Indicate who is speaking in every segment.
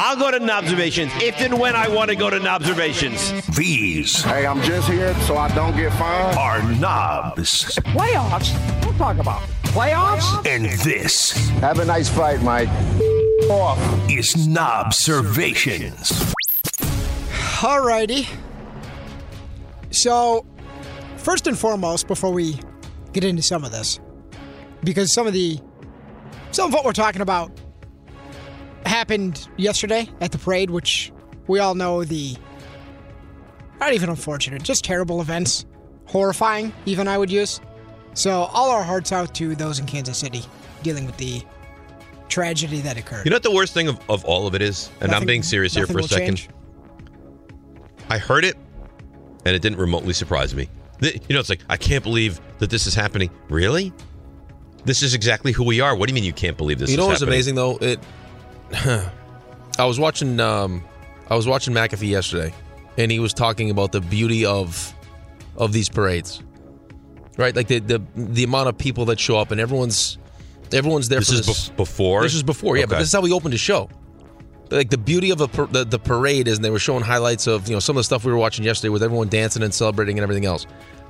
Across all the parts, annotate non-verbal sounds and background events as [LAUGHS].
Speaker 1: I'll go to observations if and when I want to go to observations.
Speaker 2: These
Speaker 3: Hey, I'm just here so I don't get fined.
Speaker 2: are knobs,
Speaker 4: Playoffs? What are you talking about? Playoffs?
Speaker 2: and this
Speaker 3: Have a nice fight, Mike. Off.
Speaker 2: is Knobservations.
Speaker 5: Alrighty. So, first and foremost, before we get into some of this, because some of the some of what we're talking about happened yesterday at the parade, which we all know the not even unfortunate, just terrible events, horrifying. Even I would use. So, all our hearts out to those in Kansas City dealing with the tragedy that occurred.
Speaker 6: You know what the worst thing of, of all of it is? And I'm
Speaker 5: Nothing-
Speaker 6: being serious here
Speaker 5: nothing
Speaker 6: for a
Speaker 5: will
Speaker 6: second.
Speaker 5: change.
Speaker 6: I heard it and it didn't remotely surprise me. Th- You know, it's like, I can't believe that this is happening. Really? This is exactly who we are. What do you mean you can't believe this
Speaker 7: you
Speaker 6: is
Speaker 7: know what's
Speaker 6: happening?
Speaker 7: amazing though? It. [SIGHS] I was watching. Um, I was watching McAfee yesterday, and he was talking about the beauty of, of these parades, right? Like the the the amount of people that show up, and everyone's, everyone's there
Speaker 6: This
Speaker 7: for
Speaker 6: is
Speaker 7: this.
Speaker 6: bef- before?
Speaker 7: This is before, yeah. But
Speaker 6: Okay.
Speaker 7: this is how we opened the show. Like the beauty of a par- the, the parade is, and they were showing highlights of you know some of the stuff we were watching yesterday with everyone dancing and celebrating and everything else,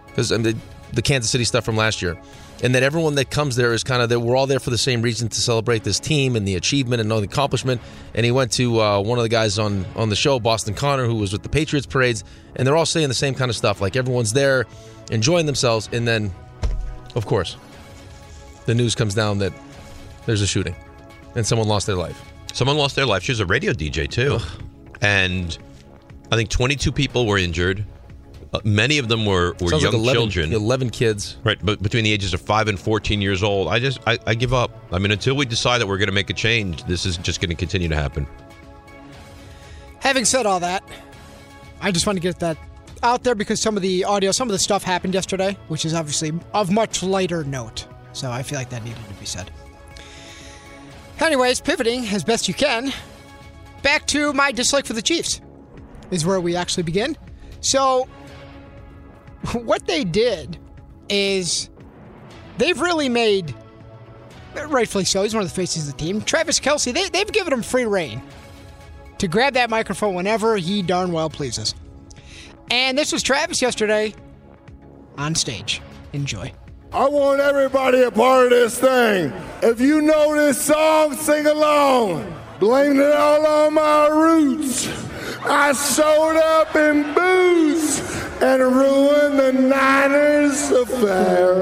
Speaker 7: because the, the Kansas City stuff from last year, and that everyone that comes there is kind of that we're all there for the same reason to celebrate this team and the achievement and all the accomplishment. And he went to uh, one of the guys on on the show, Boston Connor, who was with the Patriots parades, and they're all saying the same kind of stuff. Like everyone's there, enjoying themselves, and then, of course, the news comes down that there's a shooting and someone lost their life.
Speaker 6: Someone lost their life. She was a radio DJ, too. And I think 22 people were injured. Uh, many of them were, were young
Speaker 7: Sounds like 11,
Speaker 6: children.
Speaker 7: 11 kids.
Speaker 6: Right, but between the ages of five and fourteen years old, I just I, I give up. I mean, until we decide that we're going to make a change, this is just going to continue to happen.
Speaker 5: Having said all that, I just want to get that out there because some of the audio, some of the stuff happened yesterday, which is obviously of much lighter note. So I feel like that needed to be said. Anyways, pivoting as best you can, back to my dislike for the Chiefs is where we actually begin. So, [LAUGHS] what they did is they've really made, rightfully so, he's one of the faces of the team. Travis Kelsey, they, they've given him free reign to grab that microphone whenever he darn well pleases. And this was Travis yesterday on stage. Enjoy.
Speaker 3: I want everybody a part of this thing. If you know this song, sing along. Blame it all on my roots. I showed up in boots and ruined the Niners affair.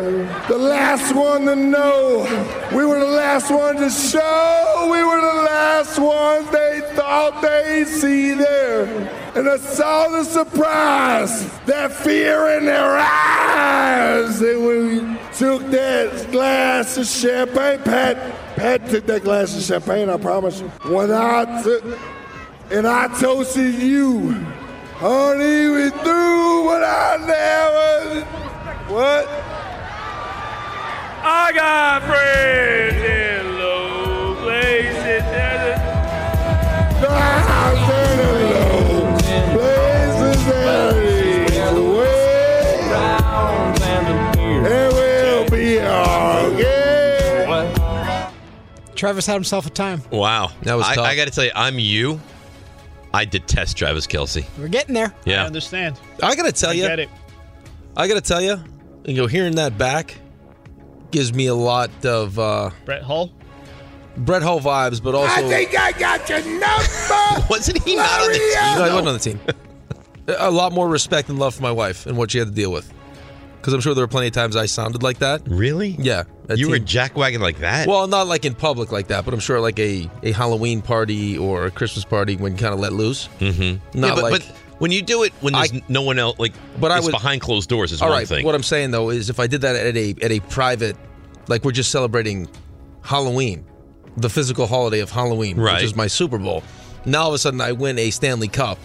Speaker 3: The last one to know. We were the last one to show. We were the last ones they thought they'd see there. And I saw the surprise, that fear in their eyes. And when we took that glass of champagne, Pat, Pat took that glass of champagne, I promise you. When I took, and I toasted you, honey, we threw what I never, what?
Speaker 8: I got friends in low places.
Speaker 5: Travis had himself a time.
Speaker 6: Wow,
Speaker 7: That was
Speaker 6: I,
Speaker 7: tough.
Speaker 6: I got to tell you, I'm you. I detest
Speaker 7: [LAUGHS]
Speaker 6: Travis Kelsey.
Speaker 5: We're getting there.
Speaker 6: Yeah,
Speaker 8: I understand.
Speaker 7: I gotta tell
Speaker 8: I
Speaker 7: you,
Speaker 8: get it.
Speaker 7: I gotta tell you, you know, hearing that back gives me a lot of uh,
Speaker 8: Brett Hull.
Speaker 7: Brett Hull vibes, but also
Speaker 3: I got your number.
Speaker 6: wasn't he not on the
Speaker 3: Mario!
Speaker 6: team?
Speaker 7: no, he wasn't on the team. a lot more respect and love for my wife and what she had to deal with. because I'm sure there were plenty of times I sounded like that.
Speaker 6: Really?
Speaker 7: Yeah, that
Speaker 6: You were
Speaker 7: team-
Speaker 6: jackwagging like that?
Speaker 7: Well, not like in public like that, but I'm sure like a, a Halloween party or a Christmas party when you kind of let loose. Mm-hmm. Not
Speaker 6: yeah, but,
Speaker 7: like.
Speaker 6: but when you do it when there's
Speaker 7: I-
Speaker 6: no one else, like,
Speaker 7: But I
Speaker 6: it's
Speaker 7: would-
Speaker 6: behind closed doors is
Speaker 7: all
Speaker 6: one
Speaker 7: right.
Speaker 6: thing.
Speaker 7: What I'm saying though is, if I did that at a at a private, like we're just celebrating Halloween, the physical holiday of Halloween,
Speaker 6: Right.
Speaker 7: which is my Super Bowl. Now all of a sudden I win a Stanley Cup.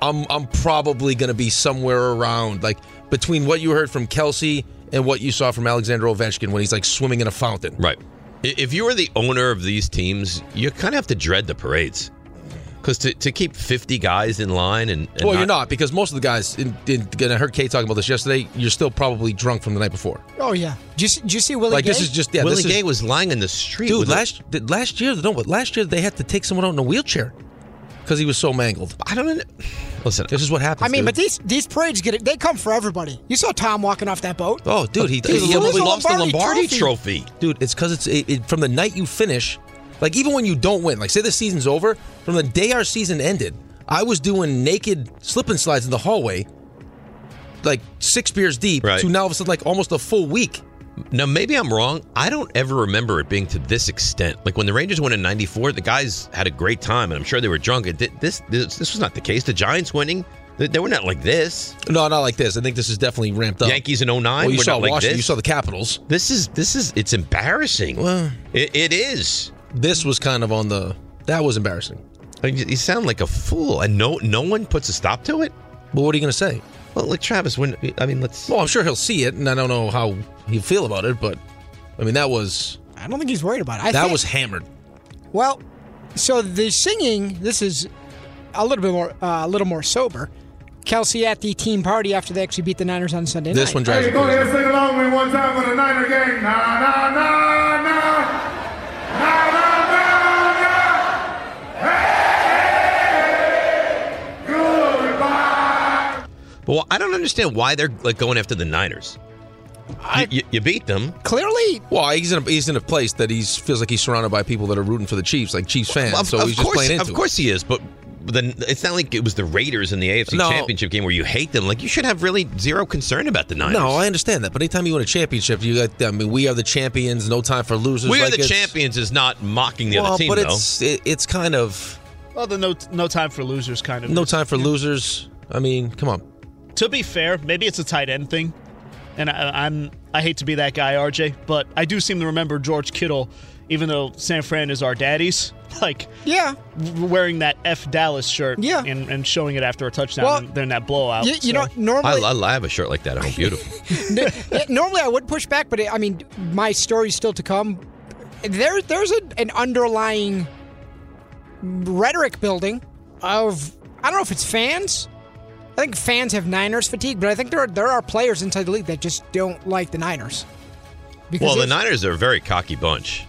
Speaker 7: I'm I'm probably going to be somewhere around like between what you heard from Kelsey and what you saw from Alexander Ovechkin when he's like swimming in a fountain.
Speaker 6: Right. I- If you were the owner of these teams, you kind of have to dread the parades. Because to, to keep 50 guys in line and. and
Speaker 7: well, you're not because most of the guys. In, in, and I heard Kate talking about this yesterday. You're still probably drunk from the night before.
Speaker 5: Oh yeah. Do you, see- do you see Willie
Speaker 7: Like this
Speaker 5: Gay?
Speaker 7: is just yeah.
Speaker 6: Willie
Speaker 7: this is,
Speaker 6: Gay was lying in the street.
Speaker 7: dude.
Speaker 6: with a-
Speaker 7: Last th- last year, no, but last year they had to take someone out in a wheelchair because he was so mangled.
Speaker 6: I don't know. Listen,
Speaker 7: This is what happens.
Speaker 5: I mean,
Speaker 7: dude.
Speaker 5: but these these parades get it. They come for everybody. You saw Tom walking off that boat.
Speaker 7: oh, dude, he,
Speaker 6: he,
Speaker 5: Dude,
Speaker 7: he
Speaker 5: lose
Speaker 6: almost
Speaker 7: almost
Speaker 5: the
Speaker 6: lost the
Speaker 5: Lombardi
Speaker 6: Lombardi trophy.
Speaker 5: trophy.
Speaker 7: dude. It's because it's it, it, from the night you finish, like even when you don't win, like say the season's over, from the day our season ended, I was doing naked slip and slides in the hallway, like six beers deep,
Speaker 6: Right.
Speaker 7: to now all of a sudden like almost a full week.
Speaker 6: Now, maybe I'm wrong. I don't ever remember it being to this extent. Like when the Rangers went in '94, the guys had a great time, and I'm sure they were drunk. It, did- this, this this was not the case. The Giants winning, they, they were not like this.
Speaker 7: No, not like this. I think this is definitely ramped up.
Speaker 6: Yankees in 09
Speaker 7: Well, you
Speaker 6: were
Speaker 7: saw
Speaker 6: not like
Speaker 7: Washington.
Speaker 6: this.
Speaker 7: You saw the Capitals.
Speaker 6: This is this is it's embarrassing.
Speaker 7: Well-
Speaker 6: it, it is.
Speaker 7: This was kind of on the. That was embarrassing.
Speaker 6: Like, you you sound like a fool, and no no one puts a stop to it.
Speaker 7: But what are you going to say?
Speaker 6: Well, like Travis, when I mean, let's.
Speaker 7: Well, I'm sure he'll see it, and I don't know how he'll feel about it, but I mean, that was
Speaker 5: I don't think he's worried about it. I
Speaker 7: that
Speaker 5: think-
Speaker 7: was hammered.
Speaker 5: Well, so the singing. This is a little bit more, uh, a little more sober. Kelsey at the team party after they actually beat the Niners on Sunday
Speaker 7: This
Speaker 5: night.
Speaker 7: one drives
Speaker 3: Hey,
Speaker 7: me
Speaker 3: go
Speaker 7: crazy.
Speaker 3: ahead and sing along with me one time for the Niner game. Na na na na. Na na na na. Hey! Goodbye.
Speaker 6: Well, I don't understand why they're like going after the Niners. You- you, you beat them.
Speaker 5: Clearly,
Speaker 7: Well, he's in a, he's in a place that he feels like he's surrounded by people that are rooting for the Chiefs, like Chiefs fans. so he's just
Speaker 6: course,
Speaker 7: playing into
Speaker 6: Of
Speaker 7: it.
Speaker 6: course he is, but then it's not like it was the Raiders in the AFC
Speaker 7: No.
Speaker 6: Championship game where you hate them. Like you should have really zero concern about the Niners.
Speaker 7: No, I understand that, but anytime you win a championship, you like I mean, we are the champions. No time for losers.
Speaker 6: we are
Speaker 7: like
Speaker 6: the
Speaker 7: it's-
Speaker 6: champions is not mocking the
Speaker 7: Well,
Speaker 6: other team
Speaker 7: but
Speaker 6: though.
Speaker 7: it's it, it's kind of
Speaker 9: Well, the no no time for losers kind of.
Speaker 7: no
Speaker 9: is.
Speaker 7: time for losers. I mean, come on.
Speaker 9: To be fair, maybe it's a tight end thing, and I, I'm I hate to be that guy, RJ, but I do seem to remember George Kittle, even though San Fran is our daddies, [LAUGHS] like
Speaker 5: yeah.
Speaker 9: wearing that F Dallas shirt,
Speaker 5: Yeah.
Speaker 9: and, and showing it after a touchdown,
Speaker 5: Well,
Speaker 9: and then that blowout.
Speaker 5: You, you know,
Speaker 9: so-
Speaker 6: I,
Speaker 5: normally,
Speaker 6: I have a shirt like that.
Speaker 7: [LAUGHS]
Speaker 6: I'm beautiful.
Speaker 5: yeah, normally I would push back, but it, I mean, my story's still to come. There, there's a, an underlying rhetoric building of I don't know if it's fans. I think fans have Niners fatigue, but I think there are there are players inside the league that just don't like the Niners. Because
Speaker 6: well, the
Speaker 5: it
Speaker 6: Niners are a very cocky bunch.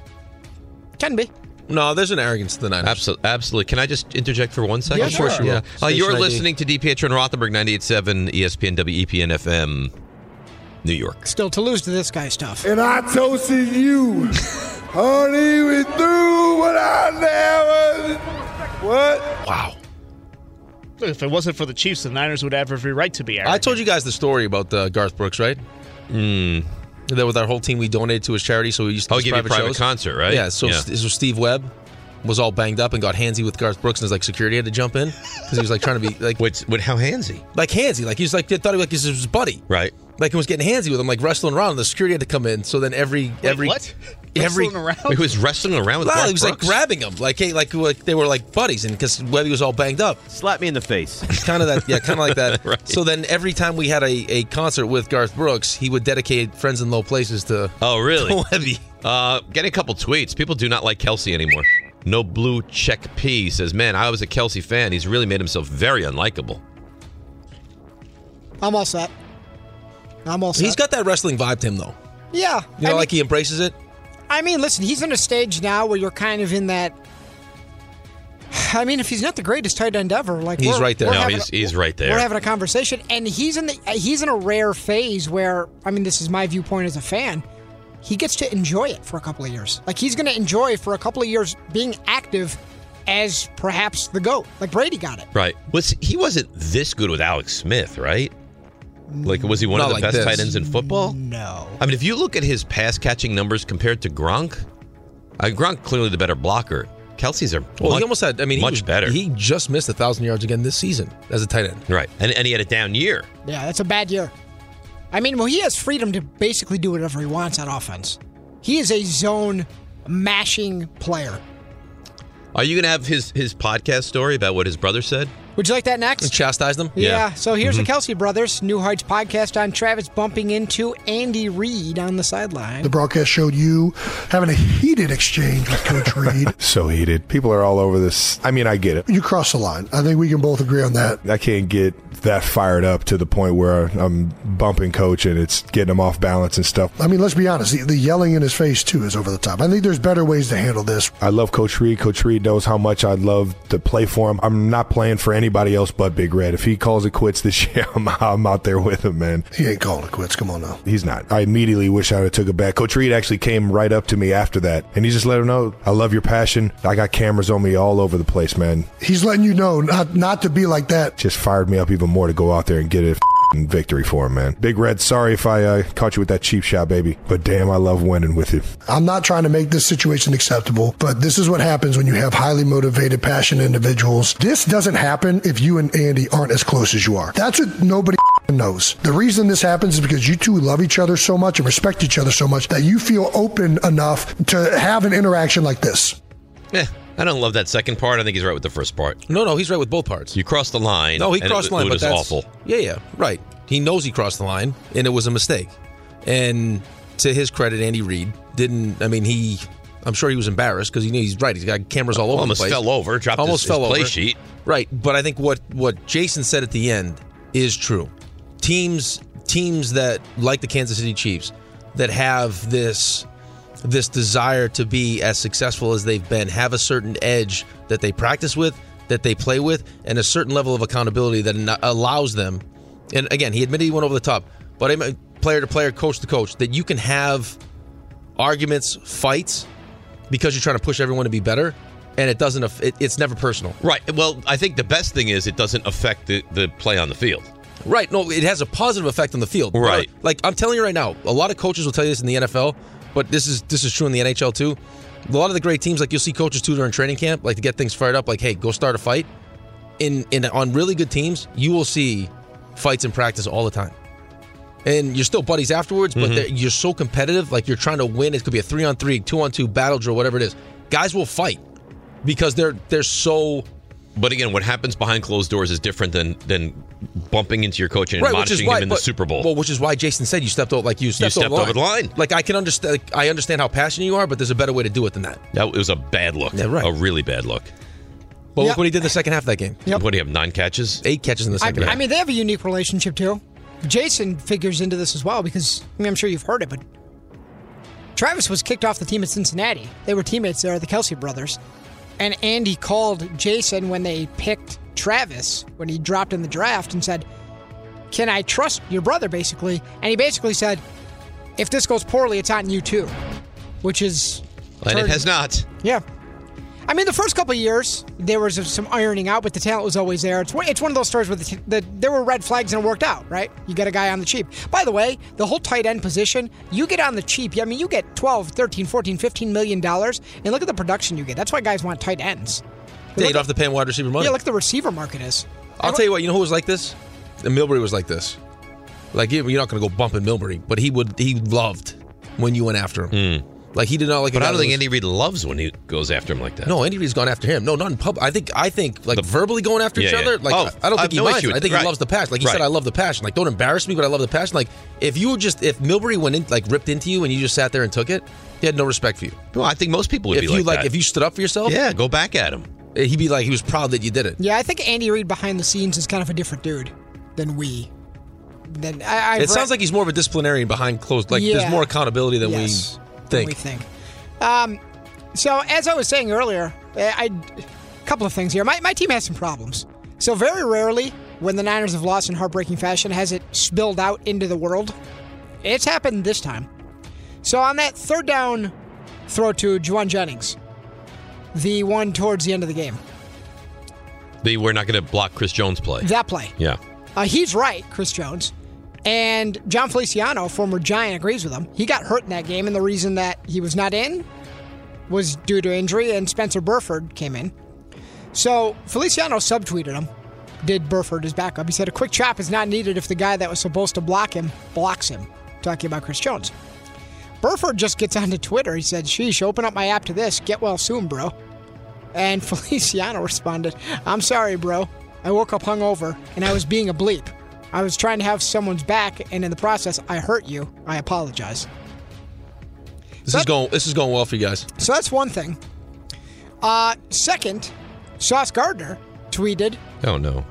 Speaker 5: can be.
Speaker 7: No, there's an arrogance to the Niners.
Speaker 6: Absolutely, absolutely. Can I just interject for one second?
Speaker 7: Yeah, Of course sure. you will.
Speaker 6: Yeah. Uh,
Speaker 7: Station
Speaker 6: you're
Speaker 7: ID.
Speaker 6: listening to DPH and Rothenberg 98.7 ESPN WEPN FM, New York.
Speaker 5: Still to lose to this guy stuff.
Speaker 3: And I toasted you. [LAUGHS] Honey, we through what I never. What?
Speaker 7: Wow.
Speaker 9: if it wasn't for the Chiefs, the Niners would have every right to be. Arrogant.
Speaker 7: I told you guys the story about uh, Garth Brooks, right? Mm. That with our whole team, we donated to his charity, so we used to
Speaker 6: Hmm. Oh,
Speaker 7: do his
Speaker 6: give you a private
Speaker 7: shows.
Speaker 6: concert, right?
Speaker 7: Yeah. So, so Steve Webb was all banged up and got handsy with Garth Brooks, and his like security had to jump in because he was like trying to be
Speaker 6: [LAUGHS]
Speaker 7: like
Speaker 6: What's what? How handsy?
Speaker 7: like handsy, like he was like they thought he like he was his buddy,
Speaker 6: Right.
Speaker 7: Like he was getting handsy with him, like wrestling around. And the security had to come in, so then every
Speaker 9: Wait,
Speaker 7: every
Speaker 9: what?
Speaker 7: every
Speaker 9: Wrestling around?
Speaker 6: He was wrestling around with.
Speaker 7: Wow,
Speaker 6: Garth
Speaker 7: he was like
Speaker 6: Brooks.
Speaker 7: grabbing him, like hey, like, like they were like buddies, and because Webby was all banged up,
Speaker 1: Slap me in the face.
Speaker 7: kind of that yeah kind of like that
Speaker 6: Right.
Speaker 7: so then every time we had a, a concert with garth brooks he would dedicate friends in low places to
Speaker 6: Oh, [LAUGHS] really?
Speaker 7: webby
Speaker 6: Uh, getting a couple tweets. People do not like Kelsey anymore. No blue check P says, "Man, I was a Kelsey fan. He's really made himself very unlikable."
Speaker 5: I'm all set. I'm all set.
Speaker 7: he's got that wrestling vibe to him though
Speaker 5: yeah.
Speaker 7: you know
Speaker 5: I mean-
Speaker 7: like he embraces it
Speaker 5: I mean, listen, he's in a stage now where you're kind of in that. I mean, if he's not the greatest tight end ever, like
Speaker 7: He's
Speaker 5: we're-
Speaker 7: right there.
Speaker 5: we're
Speaker 6: No,
Speaker 5: having
Speaker 6: he's-
Speaker 5: a-
Speaker 6: he's right there.
Speaker 5: We're having a conversation, and he's in the he's in a rare phase where I mean, this is my viewpoint as a fan. He gets to enjoy it for a couple of years. Like he's going to enjoy for a couple of years being active as perhaps the goat. Like Brady got it.
Speaker 6: Right? Was he wasn't this good with Alex Smith, right? Like, was he one
Speaker 7: Not
Speaker 6: of the
Speaker 7: like
Speaker 6: best
Speaker 7: this.
Speaker 6: tight ends in football?
Speaker 5: No.
Speaker 6: I mean, if you look at his pass catching numbers compared to Gronk, uh, Gronk clearly the better blocker. Kelsey's are
Speaker 7: Well,
Speaker 6: much,
Speaker 7: he almost had. I mean, he
Speaker 6: much
Speaker 7: was-
Speaker 6: better.
Speaker 7: He just missed a thousand yards again this season as a tight end.
Speaker 6: right, and and he had a down year.
Speaker 5: Yeah, that's a bad year. I mean, well, he has freedom to basically do whatever he wants on offense. He is a zone mashing player.
Speaker 6: Are you going to have his his podcast story about what his brother said?
Speaker 5: Would you like that
Speaker 7: And
Speaker 5: next?
Speaker 7: chastised him.
Speaker 5: Yeah.
Speaker 6: Yeah.
Speaker 5: So here's
Speaker 6: Mhm.
Speaker 5: the Kelsey brothers, New Heights podcast on Travis bumping into Andy Reid on the sideline.
Speaker 10: The broadcast showed you having a heated exchange with Coach Reed.
Speaker 11: [LAUGHS] So heated. People are all over this. I mean, I get it.
Speaker 10: You crossed the line. I think we can both agree on that.
Speaker 11: I can't get that fired up to the point where I'm bumping coach and it's getting him off balance and stuff.
Speaker 10: I mean, let's be honest. The, the yelling in his face too is over the top. I think there's better ways to handle this.
Speaker 11: I love Coach Reed. Coach Reed knows how much I love to play for him. I'm not playing for anybody else but Big Red. If he calls it quits this [LAUGHS] year, I'm, I'm out there with him, man.
Speaker 10: He ain't calling it quits. Come on now.
Speaker 11: He's not. I immediately wish I would have took it back. Coach Reed actually came right up to me after that, and he just let him know, "I love your passion. I got cameras on me all over the place, man."
Speaker 10: He's letting you know not not to be like that.
Speaker 11: Just fired me up even more to go out there and get a f***ing victory for him, man. Big Red, sorry if I uh, caught you with that cheap shot, baby, but damn, I love winning with you.
Speaker 10: I'm not trying to make this situation acceptable, but this is what happens when you have highly motivated, passionate individuals. This doesn't happen if you and Andy aren't as close as you are. That's what nobody [LAUGHS] knows. The reason this happens is because you two love each other so much and respect each other so much that you feel open enough to have an interaction like this.
Speaker 6: Eh, I don't love that second part. I think he's right with the first part.
Speaker 7: No, no, he's right with both parts.
Speaker 6: You crossed the line.
Speaker 7: No, he
Speaker 6: and
Speaker 7: crossed
Speaker 6: it,
Speaker 7: the line,
Speaker 6: It
Speaker 7: but
Speaker 6: was
Speaker 7: that's
Speaker 6: awful.
Speaker 7: Yeah, yeah, right. He knows he crossed the line, and it was a mistake. And to his credit, Andy Reid didn't. I mean, he. I'm sure he was embarrassed because he knew he's right. He's got cameras all over.
Speaker 6: Almost
Speaker 7: the place.
Speaker 6: fell over, dropped his-
Speaker 7: Almost
Speaker 6: his
Speaker 7: fell over.
Speaker 6: play sheet.
Speaker 7: Right, but I think what what Jason said at the end is true. Teams teams that like the Kansas City Chiefs that have this this desire to be as successful as they've been have a certain edge that they practice with, that they play with, and a certain level of accountability that no- allows them. And again, he admitted he went over the top, but I mean, player to player, coach to coach, that you can have arguments, fights, because you're trying to push everyone to be better, and it doesn't. aff- It, it's never personal.
Speaker 6: Right. Well, I think the best thing is it doesn't affect the, the play on the field.
Speaker 7: Right. No, it has a positive effect on the field.
Speaker 6: Right.
Speaker 7: Like I'm telling you right now, a lot of coaches will tell you this in the NFL, but this is this is true in the NHL too. A lot of the great teams, like you'll see coaches too during training camp, like to get things fired up, like hey, go start a fight. In in on really good teams, you will see fights in practice all the time. And you're still buddies afterwards, but they're you're so competitive, like you're trying to win. It could be a three on three, two on two battle drill, whatever it is. Guys will fight because they're they're so
Speaker 6: But again, what happens behind closed doors is different than than bumping into your coach and admonishing him in the
Speaker 7: but-
Speaker 6: Super Bowl.
Speaker 7: Well, which is why Jason said you stepped over, like you stepped,
Speaker 6: stepped over the line.
Speaker 7: Like I can understand, like, I understand how passionate you are, but there's a better way to do it than that.
Speaker 6: that it was a bad look.
Speaker 7: Yeah, right.
Speaker 6: A really bad look.
Speaker 7: But
Speaker 5: Yeah.
Speaker 7: look what he did in the second half of that game.
Speaker 5: Yep.
Speaker 6: What do you have? Nine catches?
Speaker 7: Eight catches in the
Speaker 5: I,
Speaker 7: second half.
Speaker 5: I mean, they have a unique relationship too. Jason figures into this as well because I mean, I'm sure you've heard it, but Travis was kicked off the team at Cincinnati. They were teammates there, the Kelsey brothers, and Andy called Jason when they picked Travis when he dropped in the draft and said, "Can I trust your brother?" Basically, and he basically said, "If this goes poorly, it's on you too," which is
Speaker 6: and it
Speaker 5: turned-
Speaker 6: has not.
Speaker 5: yeah. I mean, the first couple of years there was some ironing out, but the talent was always there. It's one, it's one of those stories where the, t- the there were red flags and it worked out, right? You got a guy on the cheap. By the way, the whole tight end position, you get on the cheap. I mean, you get 12, 13, 14, 15 million dollars, and look at the production you get. That's why guys want tight ends.
Speaker 7: they ate off the paying wide receiver money.
Speaker 5: Yeah, look at the receiver market is.
Speaker 7: I'll tell you what. You know who was like this? And Milbury was like this. Like you- you're not going to go bumping Milbury, but he would. He loved when you went after him. Like he did not like. a
Speaker 6: Hmm. But
Speaker 7: guy
Speaker 6: I don't
Speaker 7: that
Speaker 6: think
Speaker 7: was-
Speaker 6: Andy Reid loves when he goes after him like that.
Speaker 7: No, Andy Reid's gone after him. No, not in public. I think I think like verbally going after each
Speaker 6: Yeah, yeah.
Speaker 7: other. Like
Speaker 6: Oh,
Speaker 7: I don't
Speaker 6: I
Speaker 7: think
Speaker 6: have
Speaker 7: he
Speaker 6: no
Speaker 7: minds.
Speaker 6: issue
Speaker 7: it. I
Speaker 6: with-
Speaker 7: think he
Speaker 6: right.
Speaker 7: loves the passion. Like he said,
Speaker 6: Right.
Speaker 7: I love the passion. Like don't embarrass me, but I love the passion. Like if you just if Milbury went in like ripped into you and you just sat there and took it, he had no respect for you.
Speaker 6: Well, I think most people would
Speaker 7: if
Speaker 6: be
Speaker 7: you
Speaker 6: like,
Speaker 7: like
Speaker 6: that.
Speaker 7: if you stood up for yourself, eh,
Speaker 6: yeah, go back at him.
Speaker 7: he'd be like he was proud that you did it.
Speaker 5: Yeah, I think Andy Reid behind the scenes is kind of a different dude than we. Than I, I've
Speaker 7: It
Speaker 5: read-
Speaker 7: sounds like he's more of a disciplinarian behind closed. Like
Speaker 5: Yeah.
Speaker 7: there's more accountability than
Speaker 5: Yes,
Speaker 7: we
Speaker 5: than
Speaker 7: think.
Speaker 5: we think. Um, so as I was saying earlier, eh, I, I couple of things here. My, my team has some problems. So very rarely, when the Niners have lost in heartbreaking fashion, has it spilled out into the world. It's happened this time. So on that third down throw to Juwan Jennings, the one towards the end of the game,
Speaker 6: They were not going to block Chris Jones' play.
Speaker 5: that play.
Speaker 6: yeah.
Speaker 5: Uh, he's right, Chris Jones. And John Feliciano, former Giant, agrees with him. He got hurt in that game, and the reason that he was not in was due to injury, and Spencer Burford came in. So Feliciano subtweeted him, did Burford as backup. He said, A quick chop is not needed if the guy that was supposed to block him blocks him. Talking about Chris Jones. Burford just gets onto Twitter. He said, Sheesh, open up my app to this. Get well soon, bro. And [LAUGHS] Feliciano responded, I'm sorry, bro. I woke up hungover and I was being a bleep. I was trying to have someone's back, and in the process, I hurt you. I apologize.
Speaker 7: This is going. This is going well for you guys.
Speaker 5: So that's one thing. Uh, second, Sauce Gardner tweeted,
Speaker 6: Oh no.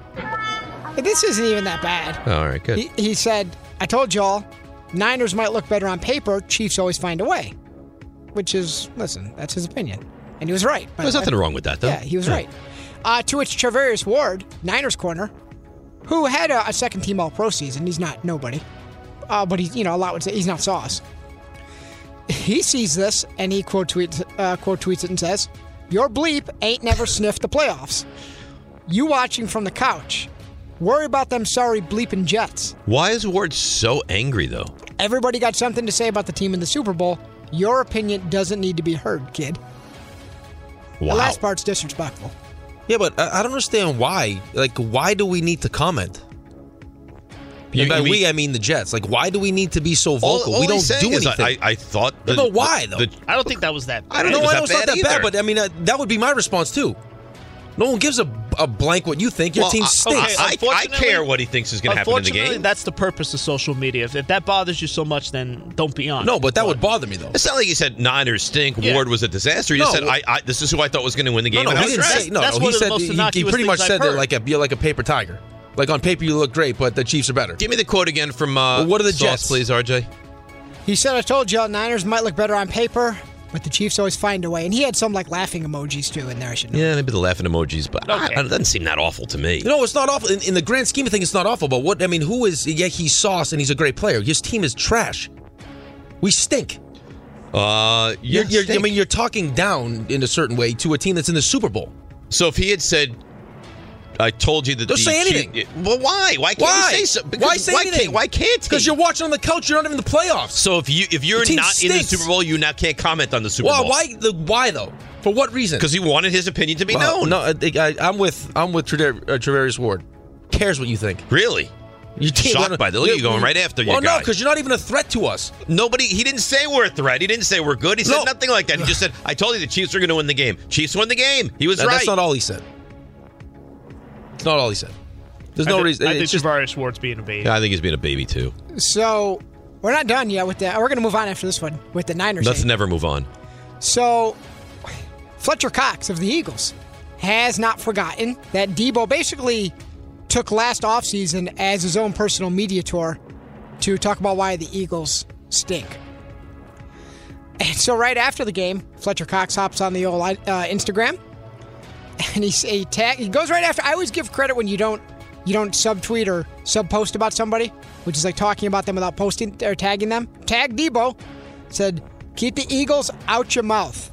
Speaker 5: This isn't even that bad.
Speaker 6: Oh, all right, good.
Speaker 5: He, he said, I told y'all, Niners might look better on paper. Chiefs always find a way. Which is, listen, that's his opinion. And he was right. by
Speaker 6: There's
Speaker 5: the way.
Speaker 6: nothing wrong with that, though.
Speaker 5: Yeah, he was
Speaker 6: Yeah.
Speaker 5: right. Uh, to which Travarius Ward, Niners corner, who had a, a second team All Pro season, he's not nobody, uh, but he's you know a lot would say he's not sauce. He sees this and he quote tweets uh, quote tweets it and says, "Your bleep ain't never sniffed the playoffs. You watching from the couch. Worry about them sorry bleeping Jets.
Speaker 6: Why is Ward so angry though?
Speaker 5: Everybody got something to say about the team in the Super Bowl. Your opinion doesn't need to be heard, kid.
Speaker 6: Wow.
Speaker 5: The last part's disrespectful.
Speaker 7: Yeah, but I, I don't understand why. Like, why do we need to comment?
Speaker 6: You-
Speaker 7: and by
Speaker 6: you mean-
Speaker 7: we, I mean the Jets. Like, why do we need to be so vocal?
Speaker 6: All- all
Speaker 7: we don't
Speaker 6: he's saying
Speaker 7: do
Speaker 6: is I-
Speaker 7: anything.
Speaker 6: I, I thought.
Speaker 7: Yeah, but why, though?
Speaker 9: I don't think that was that. Bad.
Speaker 7: I don't know.
Speaker 6: it was
Speaker 7: I
Speaker 6: that
Speaker 7: know it's not
Speaker 6: bad
Speaker 7: that bad,
Speaker 6: either.
Speaker 7: but I mean, uh, that would be my response too. No one gives a, a blank what you think. Your
Speaker 6: Well,
Speaker 7: team
Speaker 6: I-
Speaker 7: stinks.
Speaker 6: I- I- I care what he thinks is going to happen in the
Speaker 9: Unfortunately,
Speaker 6: game.
Speaker 9: that's the purpose of social media. If, if that bothers you so much, then don't be on. it.
Speaker 7: that would bother me though.
Speaker 6: It's not like he said Niners stink.
Speaker 9: Yeah.
Speaker 6: Ward was a disaster. He just
Speaker 9: No,
Speaker 6: said, I, "I this is who I thought was going to win the game."
Speaker 7: no,
Speaker 6: and
Speaker 7: no,
Speaker 6: I
Speaker 7: he
Speaker 6: was
Speaker 7: didn't
Speaker 6: right.
Speaker 7: say. No, no, he said he, he pretty much said that like a you're like a paper tiger. Like on paper, you look great, but the Chiefs are better.
Speaker 6: Give me the quote again from uh,
Speaker 7: Well, what are the
Speaker 6: Sauce,
Speaker 7: Jets?
Speaker 6: please, RJ?
Speaker 5: He said, I told y'all Niners might look better on paper, but the Chiefs always find a way. And he had some like laughing emojis too in there, I should know.
Speaker 6: Yeah, maybe the laughing emojis, but I- I- it doesn't seem that awful to me.
Speaker 7: No, it's not awful. In, in the grand scheme of things, it's not awful. But what I mean, who is? Yeah, he's sauce and he's a great player. His team is trash. We stink.
Speaker 6: Uh, yeah,
Speaker 7: You're- you're- I
Speaker 6: stink.
Speaker 7: mean, you're talking down in a certain way to a team that's in the Super Bowl.
Speaker 6: so if he had said, "I told you that,"
Speaker 7: Don't
Speaker 6: the
Speaker 7: say
Speaker 6: Chief-
Speaker 7: anything.
Speaker 6: well, why? Why can't
Speaker 7: why?
Speaker 6: he say so?
Speaker 7: why say
Speaker 6: why
Speaker 7: anything?
Speaker 6: Can't, why can't he?
Speaker 7: Because you're watching on the couch. You're not even in the playoffs.
Speaker 6: So if you if you're
Speaker 7: The team
Speaker 6: not in the
Speaker 7: stinks.
Speaker 6: Super Bowl, you now can't comment on the Super
Speaker 7: why?
Speaker 6: Bowl.
Speaker 7: Why? The, why though? For what reason?
Speaker 6: Because he wanted his opinion to be
Speaker 7: Well,
Speaker 6: known.
Speaker 7: No, I think I, I'm with I'm with Trader, uh, Travarius Ward. Cares what you think.
Speaker 6: Really?
Speaker 7: You can't-
Speaker 6: Shocked by that. Look at you going right after your
Speaker 7: Well, no,
Speaker 6: guy.
Speaker 7: because you're not even a threat to us.
Speaker 6: Nobody. He didn't say we're a threat. He didn't say we're good. He said
Speaker 7: No.
Speaker 6: nothing like that. He just said, "I told you the Chiefs are going to win the game. Chiefs won the game. He was
Speaker 7: That-
Speaker 6: right."
Speaker 7: That's not all he said. It's not all he said. There's no
Speaker 9: I thi-
Speaker 7: reason.
Speaker 9: I
Speaker 7: it's
Speaker 9: think
Speaker 7: just-
Speaker 9: Javarius Ward's being a baby.
Speaker 6: I think he's being a baby too.
Speaker 5: So we're not done yet with that. We're going to move on after this one with the Niners.
Speaker 6: Let's
Speaker 5: thing.
Speaker 6: never move on.
Speaker 5: So Fletcher Cox of the Eagles has not forgotten that Debo basically took last offseason as his own personal media tour to talk about why the Eagles stink. And so right after the game, Fletcher Cox hops on the old uh, Instagram and he he, tag, he goes right after. I always give credit when you don't you don't subtweet or subpost about somebody, which is like talking about them without posting or tagging them. Tag Debo said, "Keep the Eagles out your mouth."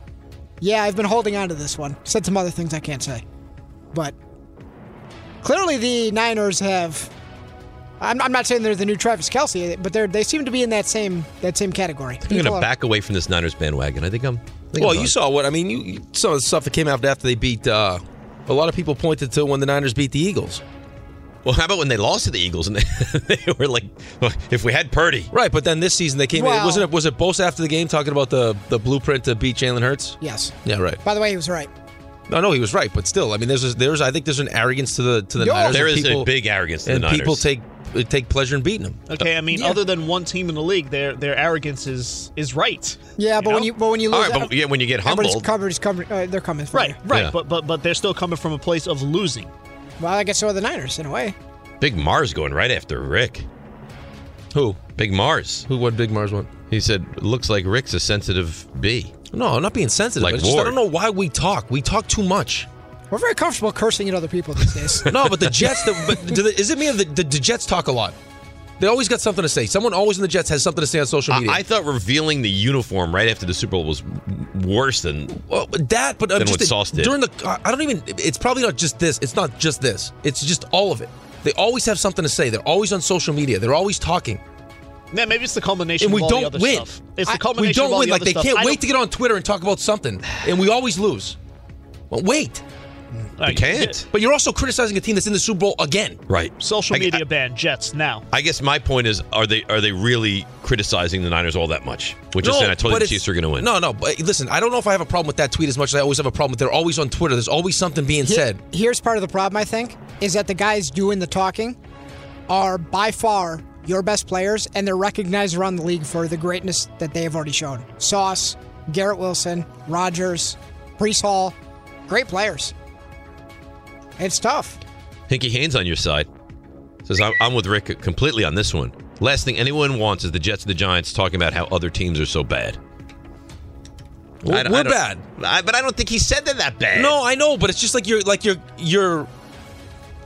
Speaker 5: Yeah, I've been holding on to this one. Said some other things I can't say, but clearly the Niners have. I'm, I'm not saying they're the new Travis Kelsey, but they are they seem to be in that same that same category.
Speaker 6: I'm
Speaker 5: People
Speaker 6: going
Speaker 5: are-
Speaker 6: to back away from this Niners bandwagon. I think I'm. I think
Speaker 7: Well,
Speaker 6: I'm
Speaker 7: you
Speaker 6: done.
Speaker 7: saw what I mean. You, you some of the stuff that came out after they beat. Uh, a lot of people pointed to when the Niners beat the Eagles.
Speaker 6: Well, how about when they lost to the Eagles and [LAUGHS] they, they were like, "Well, "If we had Purdy,
Speaker 7: Right, but then this season they came.
Speaker 5: Well-
Speaker 7: in, wasn't it? Was it Bosa after the game talking about the the blueprint to beat Jalen Hurts?
Speaker 5: Yes.
Speaker 7: Yeah, right.
Speaker 5: By the way, he was right.
Speaker 7: No, no, he was right, but still, I mean, there's there's I think there's an arrogance to the to the
Speaker 5: Yo.
Speaker 7: Niners.
Speaker 6: There
Speaker 7: and
Speaker 6: is a big arrogance to the
Speaker 7: and people
Speaker 6: Niners.
Speaker 7: take uh, take pleasure in beating them.
Speaker 9: Okay, I mean, oh, other than one team in the league, their their arrogance is is right.
Speaker 5: Yeah, but when
Speaker 9: know?
Speaker 5: you but when you
Speaker 6: all
Speaker 5: lose,
Speaker 6: right, but yeah, when you get
Speaker 5: everybody's
Speaker 6: humbled,
Speaker 5: covered- is covered- uh, they're coming for you.
Speaker 9: Right, right,
Speaker 6: Yeah.
Speaker 9: but but but they're still coming from a place of losing.
Speaker 5: Well, I guess so are the Niners in a way.
Speaker 6: Big Mars going right after Rick.
Speaker 7: Who?
Speaker 6: Big Mars.
Speaker 7: Who won Big Mars one?
Speaker 6: He said, "Looks like Rick's a sensitive bee."
Speaker 7: No, I'm not being sensitive.
Speaker 6: Like
Speaker 7: It's just, I
Speaker 6: Ward.
Speaker 7: don't know why we talk. We talk too much.
Speaker 5: We're very comfortable cursing at other people these days.
Speaker 7: [LAUGHS] No, but the Jets. The, but do the, is it me or the, the, the Jets talk a lot? They always got something to say. Someone always in the Jets has something to say on social
Speaker 6: I,
Speaker 7: media.
Speaker 6: I thought revealing the uniform right after the Super Bowl was worse than
Speaker 7: well, but that, but I'm
Speaker 6: Then
Speaker 7: just
Speaker 6: what Sauce did.
Speaker 7: during the. I don't even. It's probably not just this. It's not just this. It's just all of it. They always have something to say. They're always on social media. They're always talking.
Speaker 9: Man, maybe it's the culmination.
Speaker 7: And we
Speaker 9: of all the
Speaker 7: don't
Speaker 9: other
Speaker 7: win.
Speaker 9: Stuff. It's the
Speaker 7: I-
Speaker 9: culmination.
Speaker 7: we don't
Speaker 9: of all
Speaker 7: win.
Speaker 9: the
Speaker 7: like
Speaker 9: other
Speaker 7: they
Speaker 9: stuff.
Speaker 7: can't
Speaker 9: I
Speaker 7: wait to get on Twitter and talk about something, and we always lose. Well, wait.
Speaker 9: They
Speaker 6: can't.
Speaker 7: But you're also criticizing a team that's in the Super Bowl again.
Speaker 6: Right.
Speaker 9: Social
Speaker 6: I-
Speaker 9: media ban Jets now.
Speaker 6: I guess my point is, are they are they really criticizing the Niners all that much? Which is saying I told
Speaker 7: but
Speaker 6: you the
Speaker 7: it's-
Speaker 6: Chiefs are going to win.
Speaker 7: No, no. But listen, I don't know if I have a problem with that tweet as much as I always have a problem with. They're always on Twitter. There's always something being
Speaker 5: He-
Speaker 7: said.
Speaker 5: Here's part of the problem, I think, is that the guys doing the talking are by far your best players, and they're recognized around the league for the greatness that they have already shown. Sauce, Garrett Wilson, Rodgers, Brees Hall, great players. It's tough.
Speaker 6: Hinky Haynes on your side says I'm, I'm with Rick completely on this one. Last thing anyone wants is the Jets and the Giants talking about how other teams are so bad.
Speaker 7: We're,
Speaker 6: I don't-
Speaker 7: we're
Speaker 6: I don't-
Speaker 7: bad.
Speaker 6: I, but I don't think he said that that bad.
Speaker 7: No, I know, but it's just like you're like you're you're.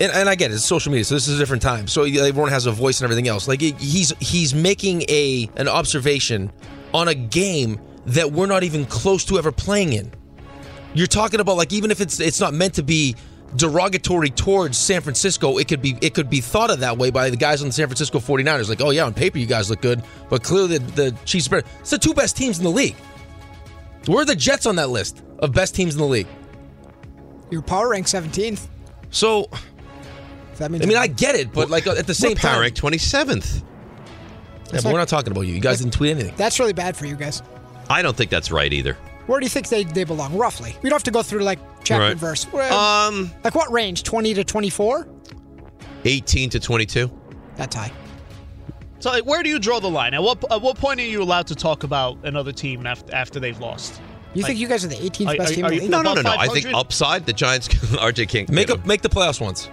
Speaker 7: And, and I get it. It's social media, so this is a different time. So everyone has a voice and everything else. Like it- he's he's making a an observation on a game that we're not even close to ever playing in. You're talking about like even if it's it's not meant to be derogatory towards San Francisco, it could be it could be thought of that way by the guys on the San Francisco 49ers. Like, oh yeah, on paper you guys look good, but clearly the, the Chiefs are better. It's the two best teams in the league. We're the Jets on that list of best teams in the league.
Speaker 5: Your power rank 17th.
Speaker 7: So,
Speaker 5: if that means
Speaker 7: I mean, I get it, but like at the same time,
Speaker 6: ranked twenty seventh.
Speaker 7: Yeah, but we're not talking about you. You guys didn't tweet anything.
Speaker 5: that's really bad for you guys.
Speaker 6: I don't think that's right either.
Speaker 5: Where do you think they, they belong, roughly? We don't have to go through like chapter
Speaker 6: Right.
Speaker 5: and verse. Um, like what range? 20 to 24?
Speaker 6: 18 to 22.
Speaker 5: That's high.
Speaker 9: So, like, where do you draw the line? At what at what point are you allowed to talk about another team after, after they've lost?
Speaker 5: You think you guys are the 18th best team in the league?
Speaker 6: No, no, no, no. I think upside the Giants. [LAUGHS] RJ King
Speaker 7: make up make the playoffs once.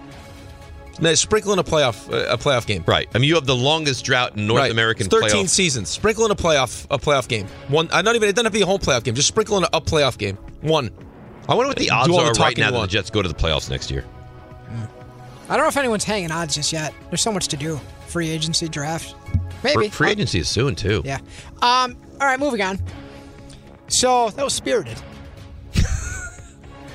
Speaker 7: Now, sprinkle in a playoff uh, a playoff game.
Speaker 6: Right. I mean, you have the longest drought in North
Speaker 7: Right.
Speaker 6: American
Speaker 7: It's 13
Speaker 6: playoff.
Speaker 7: seasons. Sprinkle in a playoff a playoff game. One. I not even. It doesn't have to be a whole playoff game. Just sprinkle in a, a playoff game. One.
Speaker 6: I wonder what the odds
Speaker 7: Do all
Speaker 6: are right
Speaker 7: talking
Speaker 6: now
Speaker 7: you
Speaker 6: that the
Speaker 7: want.
Speaker 6: Jets go to the playoffs next year.
Speaker 5: I don't know if anyone's hanging odds just yet. There's so much to do. Free agency draft. Maybe.
Speaker 6: Free agency is soon too.
Speaker 5: Yeah. Um, all right, moving on. So that was spirited.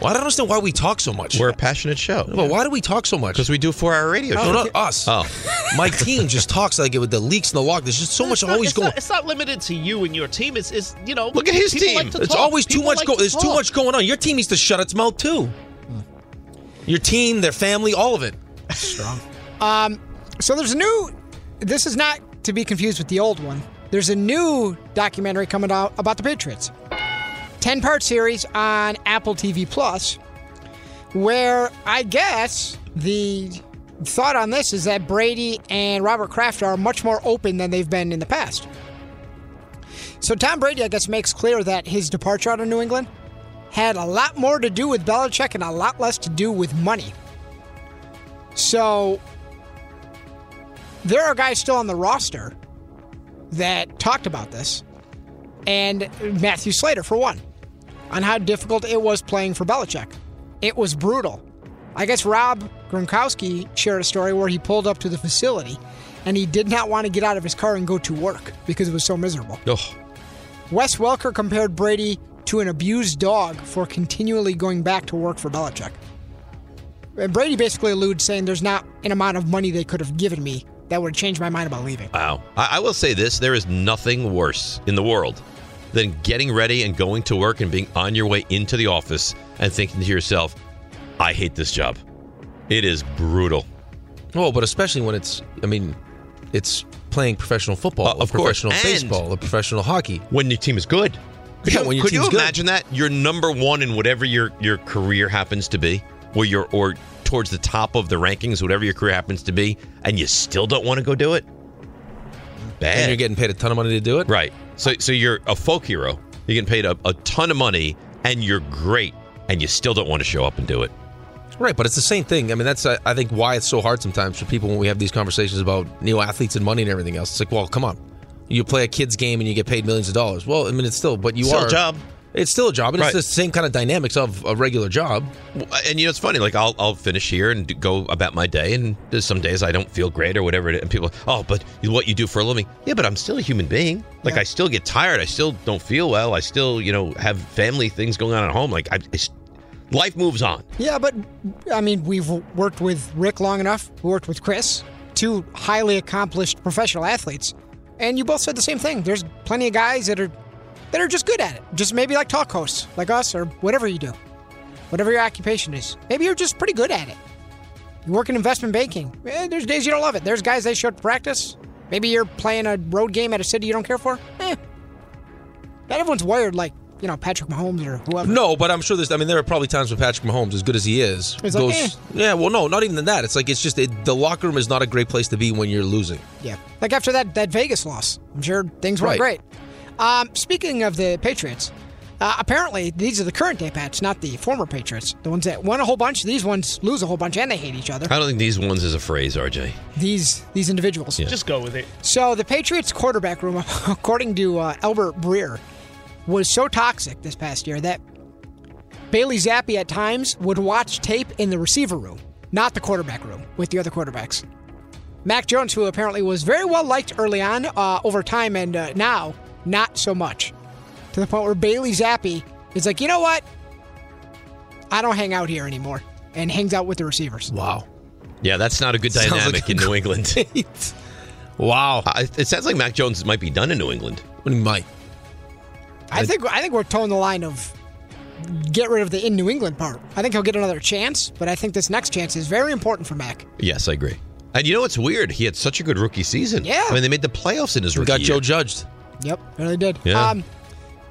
Speaker 7: Well, I don't understand why we talk so much.
Speaker 6: We're a passionate show.
Speaker 7: Well, why do we talk so much? Because
Speaker 6: we do four-hour radio.
Speaker 7: No,
Speaker 6: show.
Speaker 7: not us.
Speaker 6: Oh,
Speaker 7: my team just talks like it with the leaks and the lock. There's just so much
Speaker 9: It's not-
Speaker 7: always
Speaker 9: it's
Speaker 7: going.
Speaker 9: Not, it's not limited to you and your team. It's, it's you know.
Speaker 6: Look at his
Speaker 9: people
Speaker 6: team.
Speaker 9: Like to
Speaker 7: it's
Speaker 9: talk.
Speaker 7: always too
Speaker 9: People
Speaker 7: much.
Speaker 9: like
Speaker 7: go-
Speaker 9: to
Speaker 7: there's too
Speaker 9: talk.
Speaker 7: much going on. Your team needs to shut its mouth too. Your team, their family, all of it. Strong.
Speaker 5: Um, so there's a new. This is not to be confused with the old one. There's a new documentary coming out about the Patriots. Ten part series on Apple TV Plus, where I guess the thought on this is that Brady and Robert Kraft are much more open than they've been in the past. So Tom Brady, I guess, makes clear that his departure out of New England had a lot more to do with Belichick and a lot less to do with money. So there are guys still on the roster that talked about this, and Matthew Slater, for one, on how difficult it was playing for Belichick. It was brutal. I guess Rob Gronkowski shared a story where he pulled up to the facility and he did not want to get out of his car and go to work because it was so miserable.
Speaker 6: Ugh.
Speaker 5: Wes Welker compared Brady to an abused dog for continually going back to work for Belichick. And Brady basically alludes saying there's not an amount of money they could have given me that would have changed my mind about leaving.
Speaker 6: Wow. I, I will say this there is nothing worse in the world than getting ready and going to work and being on your way into the office and thinking to yourself, I hate this job. It is brutal.
Speaker 7: Well, but especially when it's, I mean, it's playing professional football,
Speaker 6: Uh, of
Speaker 7: or professional
Speaker 6: course. And-
Speaker 7: baseball, or professional hockey.
Speaker 6: When your team is good. Could
Speaker 7: yeah,
Speaker 6: you,
Speaker 7: when your
Speaker 6: could you
Speaker 7: team's good.
Speaker 6: imagine that? You're number one in whatever your, your career happens to be, or your or towards the top of the rankings, whatever your career happens to be, and you still don't want to go do it? Bad.
Speaker 7: And you're getting paid a ton of money to do it?
Speaker 6: Right. So so you're a folk hero. You're getting paid a, a ton of money and you're great and you still don't want to show up and do it.
Speaker 7: Right, but it's the same thing. I mean, that's uh, I think why it's so hard sometimes for people when we have these conversations about new athletes and money and everything else. It's like, well, come on, you play a kid's game and you get paid millions of dollars. Well, I mean, it's still, but you
Speaker 6: Still a
Speaker 7: are
Speaker 6: job.
Speaker 7: It's still a job, and
Speaker 6: Right.
Speaker 7: it's the same kind of dynamics of a regular job.
Speaker 6: Well, And you know it's funny. Like I'll I'll finish here and do- go about my day, and there's some days I don't feel great or whatever. it is, And people, oh, but you- what you do for a living? Yeah, but I'm still a human being. Like I still get tired. I still don't feel well. I still you know have family things going on at home. Like I, I s- Life moves on.
Speaker 5: Yeah, but I mean, we've worked with Rick long enough. We worked with Chris, two highly accomplished professional athletes, and you both said the same thing. There's plenty of guys that are that are just good at it. Just maybe like talk hosts, like us, or whatever you do, whatever your occupation is. Maybe you're just pretty good at it. You work in investment banking. Eh, there's days you don't love it. There's guys they show up to practice. Maybe you're playing a road game at a city you don't care for. Eh. Not everyone's wired like you know Patrick Mahomes or whoever.
Speaker 7: No, but I'm sure there's. I mean, there are probably times when Patrick Mahomes, as good as he is,
Speaker 5: It's like, eh.
Speaker 7: Yeah, well, no, not even than that. It's like it's just it, the locker room is not a great place to be when you're losing.
Speaker 5: Yeah. Like after that that Vegas loss, I'm sure things weren't
Speaker 7: Right.
Speaker 5: great. Um, speaking of the Patriots, uh, apparently these are the current day Pats, not the former Patriots. The ones that won a whole bunch. These ones lose a whole bunch and they hate each other.
Speaker 6: I don't think these ones is a phrase, RJ.
Speaker 5: These these individuals.
Speaker 6: Yeah. Just
Speaker 9: go with it.
Speaker 5: So the Patriots quarterback room, [LAUGHS] according to uh, Albert Breer, was so toxic this past year that Bailey Zappi at times would watch tape in the receiver room, not the quarterback room with the other quarterbacks. Mac Jones, who apparently was very well liked early on, uh, over time, and uh, now not so much, to the point where Bailey Zappi is like, you know what? I don't hang out here anymore, and hangs out with the receivers.
Speaker 7: Wow.
Speaker 6: Yeah, that's not a good
Speaker 7: Sounds
Speaker 6: dynamic
Speaker 7: like a
Speaker 6: in New England.
Speaker 7: [LAUGHS] wow.
Speaker 6: it sounds like Mac Jones might be done in New England.
Speaker 7: What do you might?
Speaker 5: I think I think we're toeing the line of get rid of the in New England part. I think he'll get another chance, but I think this next chance is very important for Mac.
Speaker 6: Yes, I agree. And you know what's weird? He had such a good rookie season.
Speaker 5: Yeah.
Speaker 6: I mean, they made the playoffs in his rookie
Speaker 7: got
Speaker 6: year.
Speaker 7: Joe judged.
Speaker 5: Yep, really did.
Speaker 6: Yeah.
Speaker 5: Um,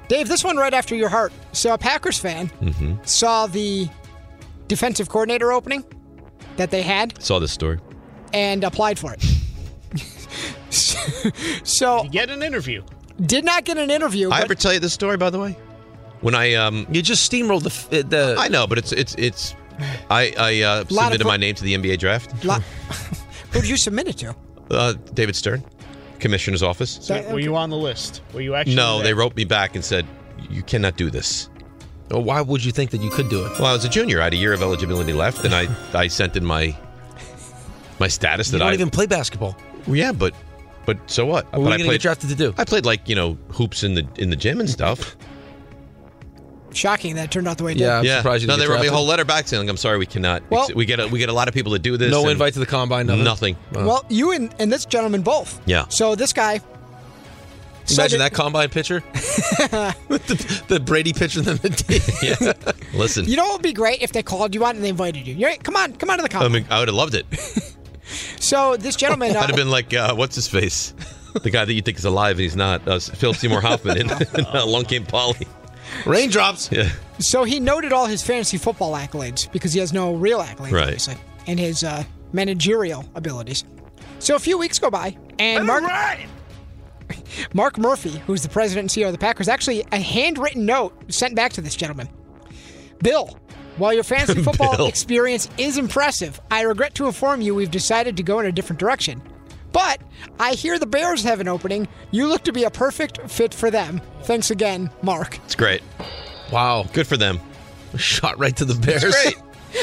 Speaker 5: Dave, this one right after your heart. So a Packers fan
Speaker 6: Mhm.
Speaker 5: saw the defensive coordinator opening that they had
Speaker 6: Saw this story.
Speaker 5: and applied for it. [LAUGHS] so
Speaker 9: get an interview.
Speaker 5: Did not get an interview.
Speaker 6: I
Speaker 5: but-
Speaker 6: ever tell you this story, by the way? When I um,
Speaker 7: you just steamrolled the uh, the.
Speaker 6: I know, but it's it's it's. I
Speaker 7: [SIGHS]
Speaker 6: I uh,
Speaker 5: Lot of
Speaker 6: submitted
Speaker 5: vo-
Speaker 6: my name to the NBA draft.
Speaker 5: Lo- [LAUGHS] Who'd you submit it to?
Speaker 6: Uh, David Stern, commissioner's office.
Speaker 9: So were you on the list? Were you actually?
Speaker 6: no,
Speaker 9: there?
Speaker 6: they wrote me back and said you cannot do this.
Speaker 7: Well, why would you think that you could do it?
Speaker 6: Well, I was a junior. I had a year of eligibility left, and I I sent in my my status
Speaker 7: you
Speaker 6: that
Speaker 7: don't
Speaker 6: I
Speaker 7: even play basketball.
Speaker 6: Well, yeah, but but so what?
Speaker 7: What were you
Speaker 6: But I
Speaker 7: gonna get
Speaker 6: played
Speaker 7: drafted to do?
Speaker 6: I played like you know hoops in the in the gym and stuff.
Speaker 5: Shocking that it turned out the way it
Speaker 7: Yeah, I'm
Speaker 5: did.
Speaker 6: yeah,
Speaker 7: surprised you
Speaker 6: no,
Speaker 7: didn't
Speaker 6: they
Speaker 7: get
Speaker 6: wrote me a
Speaker 7: drafted.
Speaker 6: whole letter back saying, like, "I'm sorry, we cannot.
Speaker 5: Well-
Speaker 6: we get a, we get a lot of people that do this.
Speaker 7: no
Speaker 6: and
Speaker 7: invite to the combine. Nothing.
Speaker 6: nothing.
Speaker 5: Well, you and, and this gentleman both.
Speaker 6: Yeah.
Speaker 5: So this guy
Speaker 7: Imagine that combine
Speaker 6: [LAUGHS]
Speaker 7: picture. With the, the Brady picture than the
Speaker 6: yeah. Listen,
Speaker 5: You know what would be great if they called you out and they invited you. You're right, come on, come on to the
Speaker 6: I
Speaker 5: conference.
Speaker 6: mean, I would have loved it.
Speaker 5: so this
Speaker 6: [LAUGHS]
Speaker 5: gentleman,
Speaker 6: I'd
Speaker 5: uh,
Speaker 6: have been like, uh, what's his face? The guy that you think is alive and he's not. Uh, Philip Seymour Hoffman in, [LAUGHS] in uh, Long Game Polly.
Speaker 7: Raindrops.
Speaker 6: Yeah.
Speaker 5: so he noted all his fantasy football accolades because he has no real accolades,
Speaker 6: Right.
Speaker 5: obviously, and his uh, managerial abilities. So a few weeks go by, and Mark [LAUGHS] Mark Murphy, who's the president and CEO of the Packers, actually a handwritten note sent back to this gentleman. Bill, while
Speaker 6: [LAUGHS]
Speaker 5: your fantasy football
Speaker 6: Bill.
Speaker 5: experience is impressive, I regret to inform you we've decided to go in a different direction. But I hear the Bears have an opening. You look to be a perfect fit for them. Thanks again, Mark.
Speaker 6: It's great.
Speaker 7: Wow.
Speaker 6: Good for them.
Speaker 7: Shot right to the Bears.
Speaker 6: Great.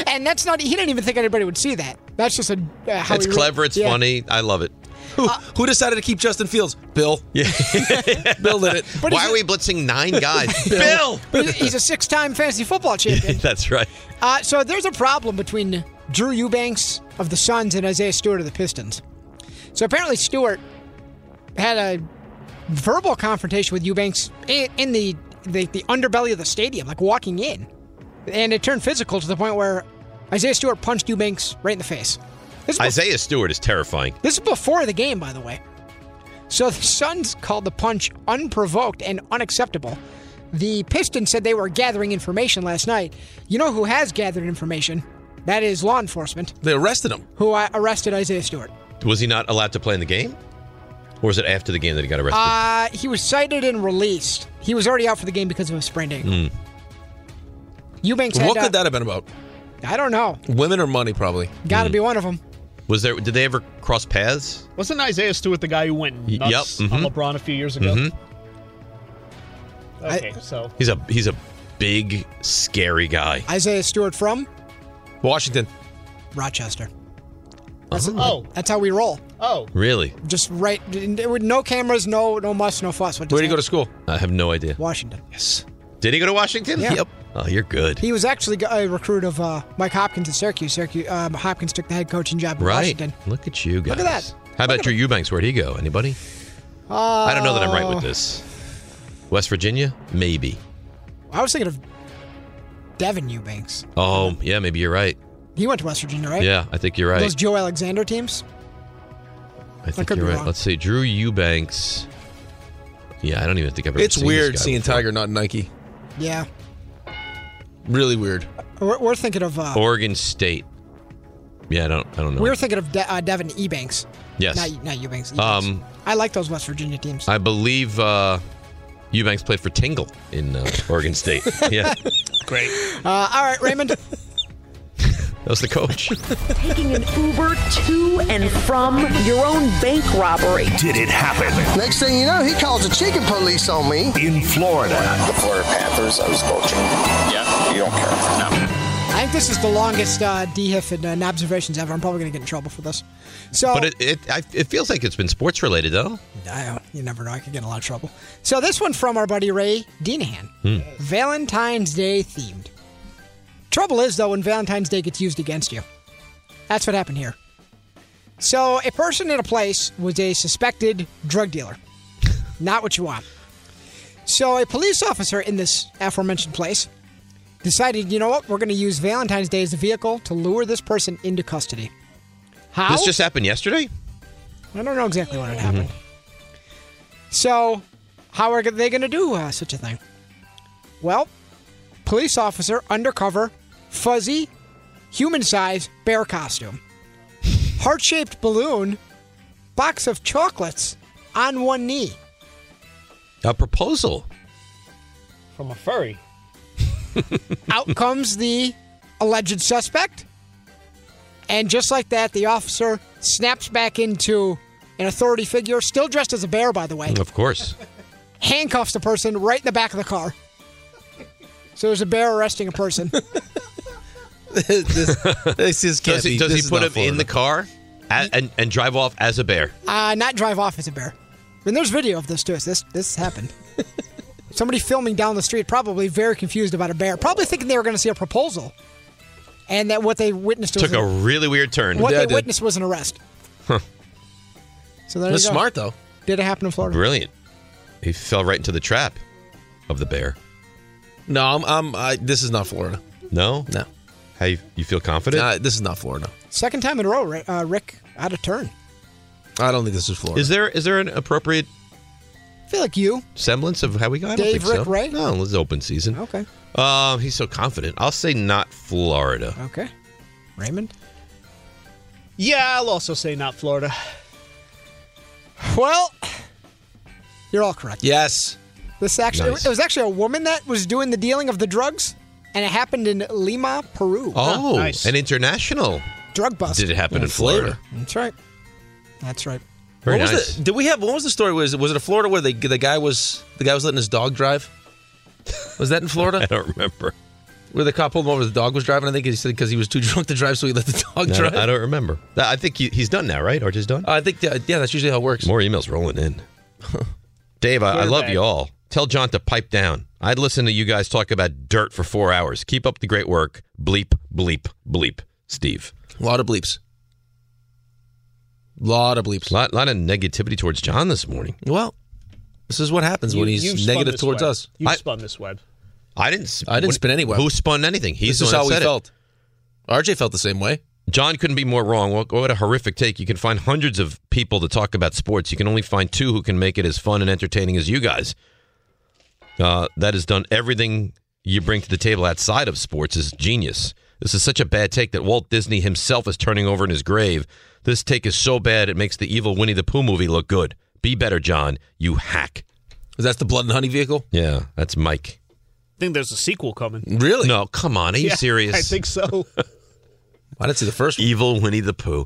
Speaker 5: And that's not, he didn't even think anybody would see that. That's just a, uh, [LAUGHS] how
Speaker 6: it's
Speaker 5: he-
Speaker 6: clever. It's
Speaker 5: yeah. Uh,
Speaker 6: funny. I love it.
Speaker 7: Who, who decided to keep Justin Fields? Bill. Yeah. [LAUGHS] Bill did it.
Speaker 5: But
Speaker 6: Why
Speaker 5: he's
Speaker 6: are
Speaker 5: a-
Speaker 6: we blitzing nine guys?
Speaker 7: [LAUGHS]
Speaker 6: [LAUGHS] Bill!
Speaker 5: But he's- He's a six time fantasy
Speaker 6: [LAUGHS]
Speaker 5: football champion.
Speaker 6: That's right.
Speaker 5: Uh, so there's a problem between Drew Eubanks of the Suns and Isaiah Stewart of the Pistons. So apparently Stewart had a verbal confrontation with Eubanks in, in the, the the underbelly of the stadium, like walking in, and it turned physical to the point where Isaiah Stewart punched Eubanks right in the face. This is, bef-
Speaker 6: Isaiah Stewart is terrifying.
Speaker 5: this is before the game, by the way. So the Suns called the punch unprovoked and unacceptable. The Pistons said they were gathering information last night. You know who has gathered information? That is law enforcement,
Speaker 7: They arrested him.
Speaker 5: who uh, arrested Isaiah Stewart.
Speaker 6: Was he not allowed to play in the game? Or was it after the game that he got arrested?
Speaker 5: Uh, he was cited and released. He was already out for the game because of a sprained ankle.
Speaker 6: Mm.
Speaker 5: Eubanks had,
Speaker 7: What
Speaker 5: uh,
Speaker 7: could that have been about?
Speaker 5: I don't know.
Speaker 7: Women or money, probably.
Speaker 5: Got to be one of them.
Speaker 6: Hmm. Was there? Did they ever cross paths?
Speaker 9: Wasn't Isaiah Stewart the guy who went
Speaker 6: Y-
Speaker 9: nuts
Speaker 6: yep,
Speaker 9: on
Speaker 6: mhm.
Speaker 9: LeBron a few years ago?
Speaker 6: Mhm.
Speaker 9: Okay, so
Speaker 6: He's a he's a big scary guy.
Speaker 5: Isaiah Stewart from
Speaker 7: Washington.
Speaker 5: Rochester.
Speaker 7: Uh-huh.
Speaker 9: oh
Speaker 5: That's how we roll.
Speaker 9: oh
Speaker 6: Really?
Speaker 5: Just right, with no cameras, no no muss, no fuss. What does
Speaker 7: Where'd he
Speaker 5: that-
Speaker 7: go to school?
Speaker 6: I have no idea.
Speaker 5: Washington.
Speaker 7: Yes.
Speaker 6: Did he go to Washington?
Speaker 5: Yeah.
Speaker 7: Yep.
Speaker 6: Oh, you're good.
Speaker 5: He was actually g- a recruit of uh, Mike Hopkins at Syracuse. Syracuse um, Hopkins took the head coaching job in
Speaker 6: Right.
Speaker 5: Washington.
Speaker 6: Look at you guys.
Speaker 5: Look at that.
Speaker 6: How about Drew Eubanks? Where'd he go? Anybody? I don't know that I'm right
Speaker 5: Uh,
Speaker 6: with this. West Virginia? Maybe.
Speaker 5: I was thinking of Devin Eubanks.
Speaker 6: Oh, yeah, maybe you're right.
Speaker 5: He went to West Virginia, right?
Speaker 6: Yeah, I think you're right.
Speaker 5: Those Joe Alexander teams.
Speaker 6: I think
Speaker 5: could
Speaker 6: you're
Speaker 5: be
Speaker 6: right.
Speaker 5: wrong.
Speaker 6: Let's see. Drew Eubanks. Yeah, I don't even think I've ever
Speaker 7: It's
Speaker 6: seen this
Speaker 7: weird
Speaker 6: guy
Speaker 7: seeing
Speaker 6: before.
Speaker 7: Tiger not in Nike.
Speaker 5: Yeah,
Speaker 7: Really weird.
Speaker 5: we're, we're thinking of uh,
Speaker 6: Oregon State. Yeah, I don't I don't know.
Speaker 5: we were thinking of De- uh, Devin Ebanks.
Speaker 6: Yes.
Speaker 5: not, not Eubanks. Eubanks.
Speaker 6: um
Speaker 5: I like those West Virginia teams.
Speaker 6: I believe uh Eubanks played for Tingle in uh, Oregon
Speaker 5: [LAUGHS]
Speaker 6: State. [LAUGHS] Yeah.
Speaker 9: Great.
Speaker 5: Uh, all right, Raymond.
Speaker 6: That was the coach.
Speaker 12: Taking an Uber to and from your own bank robbery.
Speaker 2: Did it happen?
Speaker 13: Next thing you know, he calls the chicken police on me.
Speaker 2: In Florida.
Speaker 13: The Florida Panthers, I was coaching. Yeah, you don't care. No.
Speaker 5: I think this is the longest uh, DHIF and uh, observations ever. I'm probably going to get in trouble for this. So,
Speaker 6: But it it, I, it feels like it's been sports related though.
Speaker 5: I don't, you never know. I could get in a lot of trouble. So this one from our buddy Ray Deanahan.
Speaker 6: Hmm.
Speaker 5: Valentine's Day themed. Trouble is, though, when Valentine's Day gets used against you. That's what happened here. So, a person in a place was a suspected drug dealer. Not what you want. So, a police officer in this aforementioned place decided, you know what, we're going to use Valentine's Day as a vehicle to lure this person into custody. How?
Speaker 6: This just happened yesterday? Mm-hmm.
Speaker 5: I don't know exactly what had happened. So, how are they going to do uh, such a thing? Well, police officer undercover, fuzzy, human size bear costume, heart shaped balloon, box of chocolates on one knee.
Speaker 6: A proposal.
Speaker 9: From a furry.
Speaker 5: [LAUGHS] Out comes the alleged suspect. And just like that, the officer snaps back into an authority figure, still dressed as a bear, by the way.
Speaker 6: Of course.
Speaker 5: handcuffs the person right in the back of the car. So there's a bear arresting a
Speaker 9: [LAUGHS]
Speaker 5: person.
Speaker 7: can't
Speaker 6: does he,
Speaker 7: be-
Speaker 6: does
Speaker 7: [LAUGHS] this
Speaker 6: he
Speaker 7: is
Speaker 6: put
Speaker 7: not
Speaker 6: him in the car a- and, and drive off as a bear?
Speaker 5: uh, not drive off as a bear. And there's video of this too. So This this happened. Somebody filming down the street, probably very confused about a bear, probably thinking they were going to see a proposal, and that what they witnessed was
Speaker 6: Took a really weird turn.
Speaker 5: what they witnessed was an arrest.
Speaker 6: Huh.
Speaker 5: So there
Speaker 6: That's
Speaker 5: you go.
Speaker 6: smart, though.
Speaker 5: Did it happen in Florida?
Speaker 6: Brilliant. He fell right into the trap of the bear.
Speaker 7: No, I'm. I'm I, this is not Florida.
Speaker 6: No? No. How you, you feel confident?
Speaker 7: Uh, this is not Florida.
Speaker 5: Second time in a row, Ri- uh, Rick out of turn.
Speaker 7: I don't think this is Florida.
Speaker 6: Is there is there an appropriate
Speaker 5: I feel like you.
Speaker 6: semblance of how we got? I don't
Speaker 5: Dave,
Speaker 6: think so.
Speaker 5: Rick, Ray?
Speaker 6: No, it's open season.
Speaker 5: Okay.
Speaker 6: Um, he's so confident. I'll say not Florida.
Speaker 5: Okay. Raymond?
Speaker 9: Yeah, I'll also say not Florida.
Speaker 5: Well, you're all correct.
Speaker 7: Yes.
Speaker 5: This actually,
Speaker 7: Nice.
Speaker 5: it was actually a woman that was doing the dealing of the drugs, and it happened in Lima, Peru.
Speaker 6: Oh, an international.
Speaker 5: drug bust.
Speaker 6: Did it happen in Florida?
Speaker 5: That's right. That's right.
Speaker 6: Very
Speaker 7: what
Speaker 6: nice.
Speaker 7: was the, did we have? What was the story? Was it- was it a Florida where the the guy was the guy was letting his dog drive? Was that in
Speaker 6: [LAUGHS]
Speaker 7: Florida? I
Speaker 6: don't remember.
Speaker 7: Where the cop pulled him over, the dog was driving. I think he said because he was too [LAUGHS] drunk to drive, so he let the dog
Speaker 6: No, I
Speaker 7: drive.
Speaker 6: don't- I don't remember. I think he, he's done now, right? Or just done?
Speaker 7: I think yeah, yeah, that's usually how it works.
Speaker 6: More emails
Speaker 7: [LAUGHS]
Speaker 6: rolling in. Dave, I, I love
Speaker 7: Quarterback.
Speaker 6: you all. Tell John to pipe down. I'd listen to you guys talk about dirt for four hours. Keep up the great work. Bleep, bleep, bleep. Steve.
Speaker 7: A lot of bleeps. Lot of bleeps.
Speaker 6: Lot, lot of negativity towards John this morning.
Speaker 7: Well, this is what happens when he's negative towards us.
Speaker 9: You
Speaker 7: I,
Speaker 9: spun this web.
Speaker 6: I didn't. sp-
Speaker 7: I didn't
Speaker 6: what-
Speaker 7: spin any web.
Speaker 6: Who spun anything?
Speaker 7: This
Speaker 6: He's the
Speaker 7: is
Speaker 6: one
Speaker 7: how
Speaker 6: that
Speaker 7: we
Speaker 6: said it.
Speaker 7: felt. RJ felt the same way.
Speaker 6: John couldn't be more wrong. What, what a horrific take. You can find hundreds of people to talk about sports. You can only find two who can make it as fun and entertaining as you guys. Uh, that has done everything you bring to the table outside of sports is genius. This is such a bad take that Walt Disney himself is turning over in his grave. This take is so bad it makes the evil Winnie the Pooh movie look good. Be better, John. You hack.
Speaker 7: Is that the blood and honey vehicle?
Speaker 6: Yeah, that's Mike.
Speaker 9: I think there's a sequel coming.
Speaker 7: Really?
Speaker 6: No, come on. Are you
Speaker 9: Yeah,
Speaker 6: serious?
Speaker 9: I think so.
Speaker 7: I didn't see the first
Speaker 6: Evil Winnie the Pooh.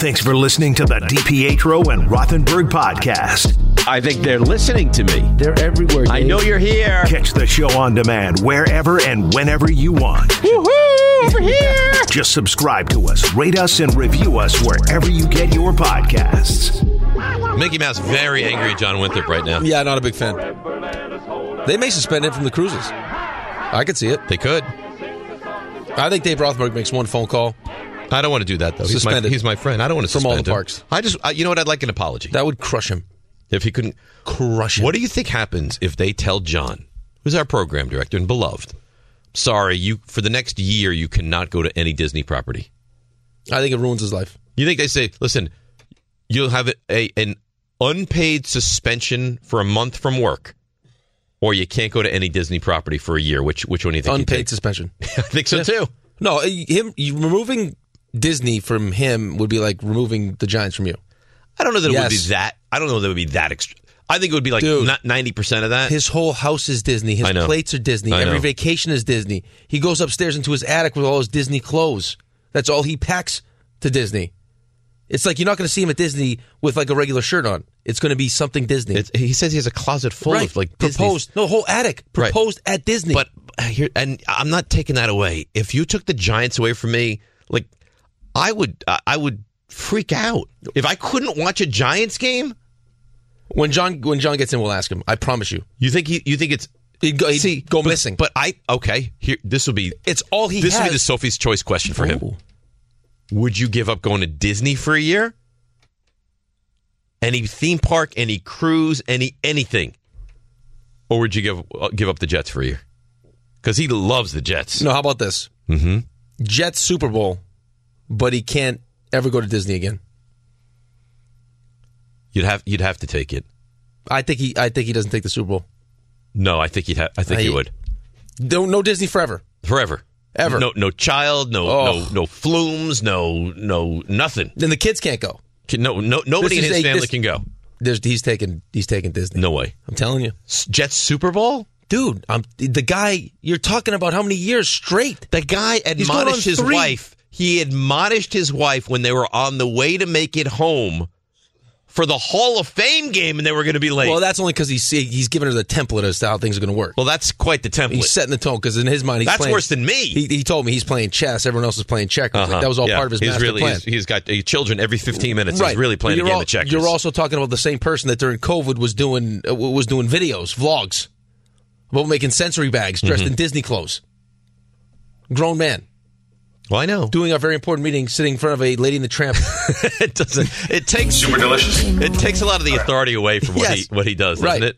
Speaker 2: Thanks for listening to the DPetro and Rothenberg podcast.
Speaker 1: I think they're listening to me. They're everywhere. I know you're here.
Speaker 2: Catch the show on demand wherever and whenever you want.
Speaker 1: Woohoo! Over here.
Speaker 2: Just subscribe to us, rate us, and review us wherever you get your podcasts.
Speaker 6: Mickey Mouse very angry at John Winthrop right now.
Speaker 7: Yeah, not a big fan. They may suspend him from the cruises. I could see it.
Speaker 6: They could.
Speaker 7: I think Dave Rothberg makes one phone call.
Speaker 6: I don't want to do that though. He's my,
Speaker 7: Suspended.
Speaker 6: he's my friend. I don't want to
Speaker 7: From all
Speaker 6: suspend
Speaker 7: the
Speaker 6: him.
Speaker 7: parks.
Speaker 6: I just, I, you know what? I'd like an apology. That
Speaker 7: would crush him
Speaker 6: if he couldn't
Speaker 7: crush him.
Speaker 6: What do you think happens if they tell John, who's our program director and beloved, sorry, you for the next year you cannot go to any Disney property?
Speaker 7: I think it ruins his life.
Speaker 6: You think they say, listen, you'll have a an unpaid suspension for a month from work, or you can't go to any Disney property for a year. Which which one do you think? he'd
Speaker 7: Unpaid
Speaker 6: take? [LAUGHS]
Speaker 7: suspension. I
Speaker 6: think so too.
Speaker 7: No, eh, him you- removing Disney from him would be like removing the Giants from you.
Speaker 6: I don't know that it would
Speaker 7: Yes.
Speaker 6: be that. I don't know that it would be that extra. I think it would be like
Speaker 7: Dude.
Speaker 6: not ninety percent of that.
Speaker 7: His whole house is Disney. His
Speaker 6: I know.
Speaker 7: plates are Disney.
Speaker 6: I
Speaker 7: Every
Speaker 6: know.
Speaker 7: vacation is Disney. He goes upstairs into his attic with all his Disney clothes. That's all he packs to Disney. It's like you're not going to see him at Disney with like a regular shirt on. It's going to be something Disney.
Speaker 6: he says he has a closet full of, like, Disney's-
Speaker 7: proposed. No, whole attic
Speaker 6: Right.
Speaker 7: proposed at Disney.
Speaker 6: But uh, here, and I'm not taking that away. If you took the Giants away from me, like I would, uh, I I would freak out if I couldn't watch a Giants game.
Speaker 7: When John when John gets in, we'll ask him. I promise you.
Speaker 6: You think he? You think it's
Speaker 7: he'd go, he'd go
Speaker 6: but-
Speaker 7: missing?
Speaker 6: But I okay. Here, this will be.
Speaker 7: It's all he
Speaker 6: This will be
Speaker 7: has.
Speaker 6: the Sophie's Choice question for him. Would you give up going to Disney for a year? Any theme park, any cruise, any anything, or would you give uh, give up the Jets for a year? Because he loves the Jets.
Speaker 7: No, how about this?
Speaker 6: Mm-hmm.
Speaker 7: Jets Super Bowl, but he can't ever go to Disney again.
Speaker 6: You'd have you'd have to take it.
Speaker 7: I think he I think he doesn't take the Super Bowl.
Speaker 6: No, I think you'd have. I think you
Speaker 7: I-
Speaker 6: would
Speaker 7: No, no Disney forever.
Speaker 6: forever,
Speaker 7: Ever.
Speaker 6: No, no child, no,
Speaker 7: Oh.
Speaker 6: no, no flumes, no, no, nothing.
Speaker 7: Then the kids can't go.
Speaker 6: No, no, nobody in
Speaker 7: This is
Speaker 6: his
Speaker 7: a-
Speaker 6: family
Speaker 7: this-
Speaker 6: can go.
Speaker 7: There's, he's taking he's taking Disney.
Speaker 6: No way.
Speaker 7: I'm telling you.
Speaker 6: Jets Super Bowl,
Speaker 7: dude. I'm the guy you're talking about. How many years straight?
Speaker 6: The guy
Speaker 7: He's going on
Speaker 6: admonished his
Speaker 7: three.
Speaker 6: wife. He admonished his wife when they were on the way to make it home for the Hall of Fame game, and they were going to be late.
Speaker 7: Well, that's only because he's he's giving her the template as to how things are going to work.
Speaker 6: Well, that's quite the template.
Speaker 7: He's setting the tone because in his mind, he's
Speaker 6: That's
Speaker 7: playing-
Speaker 6: worse than me.
Speaker 7: He, he told me he's playing chess. Everyone else is playing checkers. Like,
Speaker 6: Uh-huh.
Speaker 7: that was all
Speaker 6: Yeah.
Speaker 7: part of his
Speaker 6: he's
Speaker 7: master
Speaker 6: really,
Speaker 7: plan.
Speaker 6: He's, he's got uh, children every 15 minutes. He's really playing
Speaker 7: But
Speaker 6: a
Speaker 7: you're
Speaker 6: game
Speaker 7: al-
Speaker 6: of checkers.
Speaker 7: You're also talking about the same person that during COVID was doing uh, was doing videos, vlogs, about making sensory bags dressed
Speaker 6: Mhm.
Speaker 7: in Disney clothes. Grown man.
Speaker 6: Well, I know.
Speaker 7: Doing a very important meeting, sitting in front of a Lady in the Tramp.
Speaker 6: [LAUGHS] it doesn't. It takes super delicious. It takes a lot of the authority away from what
Speaker 7: Yes.
Speaker 6: he what he does, doesn't
Speaker 7: Right.
Speaker 6: it?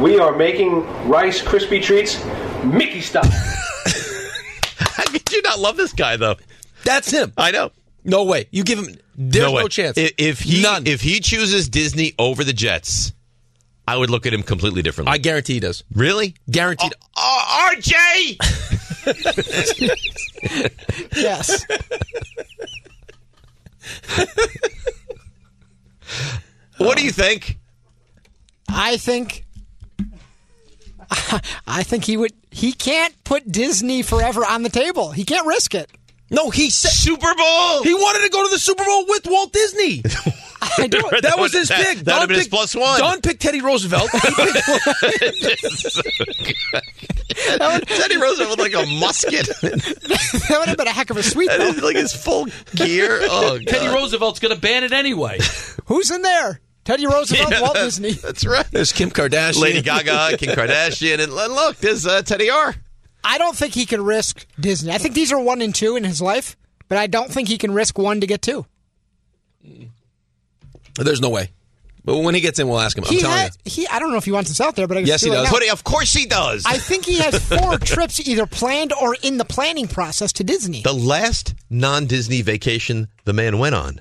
Speaker 14: We are making Rice Krispie treats
Speaker 7: [LAUGHS]
Speaker 14: Mickey style.
Speaker 6: How could you not love this guy though?
Speaker 7: That's him.
Speaker 6: I know.
Speaker 7: No way. You give him. There's no,
Speaker 6: way.
Speaker 7: chance.
Speaker 6: I- If he if he chooses Disney over the Jets, I would look at him completely differently. I
Speaker 7: guarantee he does.
Speaker 6: Really?
Speaker 7: Guaranteed.
Speaker 6: Oh, [LAUGHS] RJ.
Speaker 7: [LAUGHS]
Speaker 5: yes.
Speaker 6: what do
Speaker 7: [LAUGHS]
Speaker 6: you think?
Speaker 5: I think. [LAUGHS] I think he would. He can't put Disney forever on the table. He can't risk it.
Speaker 7: No, he said
Speaker 6: Super Bowl.
Speaker 7: He wanted to go to the Super Bowl with Walt
Speaker 6: [LAUGHS]
Speaker 7: Disney.
Speaker 5: I
Speaker 7: [LAUGHS]
Speaker 6: don't-
Speaker 7: that, was his
Speaker 6: That-
Speaker 7: pick.
Speaker 6: that'd have been his
Speaker 7: picked-
Speaker 6: plus one.
Speaker 7: Don picked Teddy
Speaker 6: [LAUGHS]
Speaker 7: Roosevelt. [LAUGHS] He picked-
Speaker 6: Teddy Roosevelt with like a musket,
Speaker 5: that would have been a heck of
Speaker 7: [LAUGHS]
Speaker 5: a sweet.
Speaker 6: That is like his full
Speaker 5: [LAUGHS]
Speaker 6: gear. Oh,
Speaker 15: Teddy
Speaker 6: God.
Speaker 15: Roosevelt's going to ban it anyway.
Speaker 5: Who's in there? Teddy Roosevelt,
Speaker 6: Yeah,
Speaker 5: Walt
Speaker 6: that-
Speaker 5: Disney.
Speaker 6: [LAUGHS] That's right.
Speaker 7: There's Kim Kardashian,
Speaker 6: Lady
Speaker 7: [LAUGHS]
Speaker 6: Gaga, Kim Kardashian, and look, there's uh, Teddy R.
Speaker 5: I don't think he can risk Disney. I think these are one and two in his life, but I don't think he can risk one to get two.
Speaker 7: [LAUGHS] There's no way. But when he gets in, we'll ask him. I'm
Speaker 5: he
Speaker 7: telling
Speaker 5: had, he. I don't know if he wants this out there, but I
Speaker 7: you.
Speaker 5: can
Speaker 7: Yes, he
Speaker 5: feel it
Speaker 7: does.
Speaker 5: now.
Speaker 6: of course he does.
Speaker 5: I think he
Speaker 6: [LAUGHS]
Speaker 5: has four trips either planned or in the planning process to Disney.
Speaker 6: The last non-Disney vacation the man went on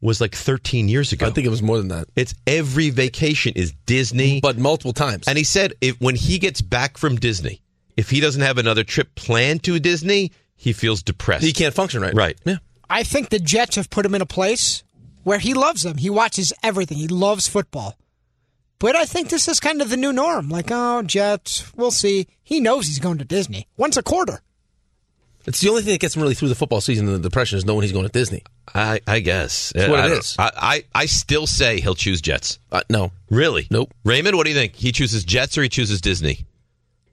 Speaker 6: was like 13 years ago. I think
Speaker 7: it was more than that.
Speaker 6: It's every vacation is Disney,
Speaker 7: but multiple times.
Speaker 6: And he said if when he gets back from Disney, if he doesn't have another trip planned to Disney, he feels depressed.
Speaker 7: He can't function right.
Speaker 6: Right.
Speaker 7: Yeah.
Speaker 5: I think the Jets have put him in a place where he loves them. He watches everything. He loves football. But I think this is kind of the new norm. Like, oh, Jets, we'll see. He knows he's going to Disney once a quarter.
Speaker 7: It's the only thing that gets him really through the football season and the depression is knowing he's going to Disney.
Speaker 6: I, I guess.
Speaker 7: That's what
Speaker 6: I
Speaker 7: it
Speaker 6: don't-
Speaker 7: is.
Speaker 6: I, I, I still say he'll choose Jets.
Speaker 7: Uh, no.
Speaker 6: Really?
Speaker 7: Nope.
Speaker 6: Raymond, what do you think? He chooses Jets or he chooses Disney?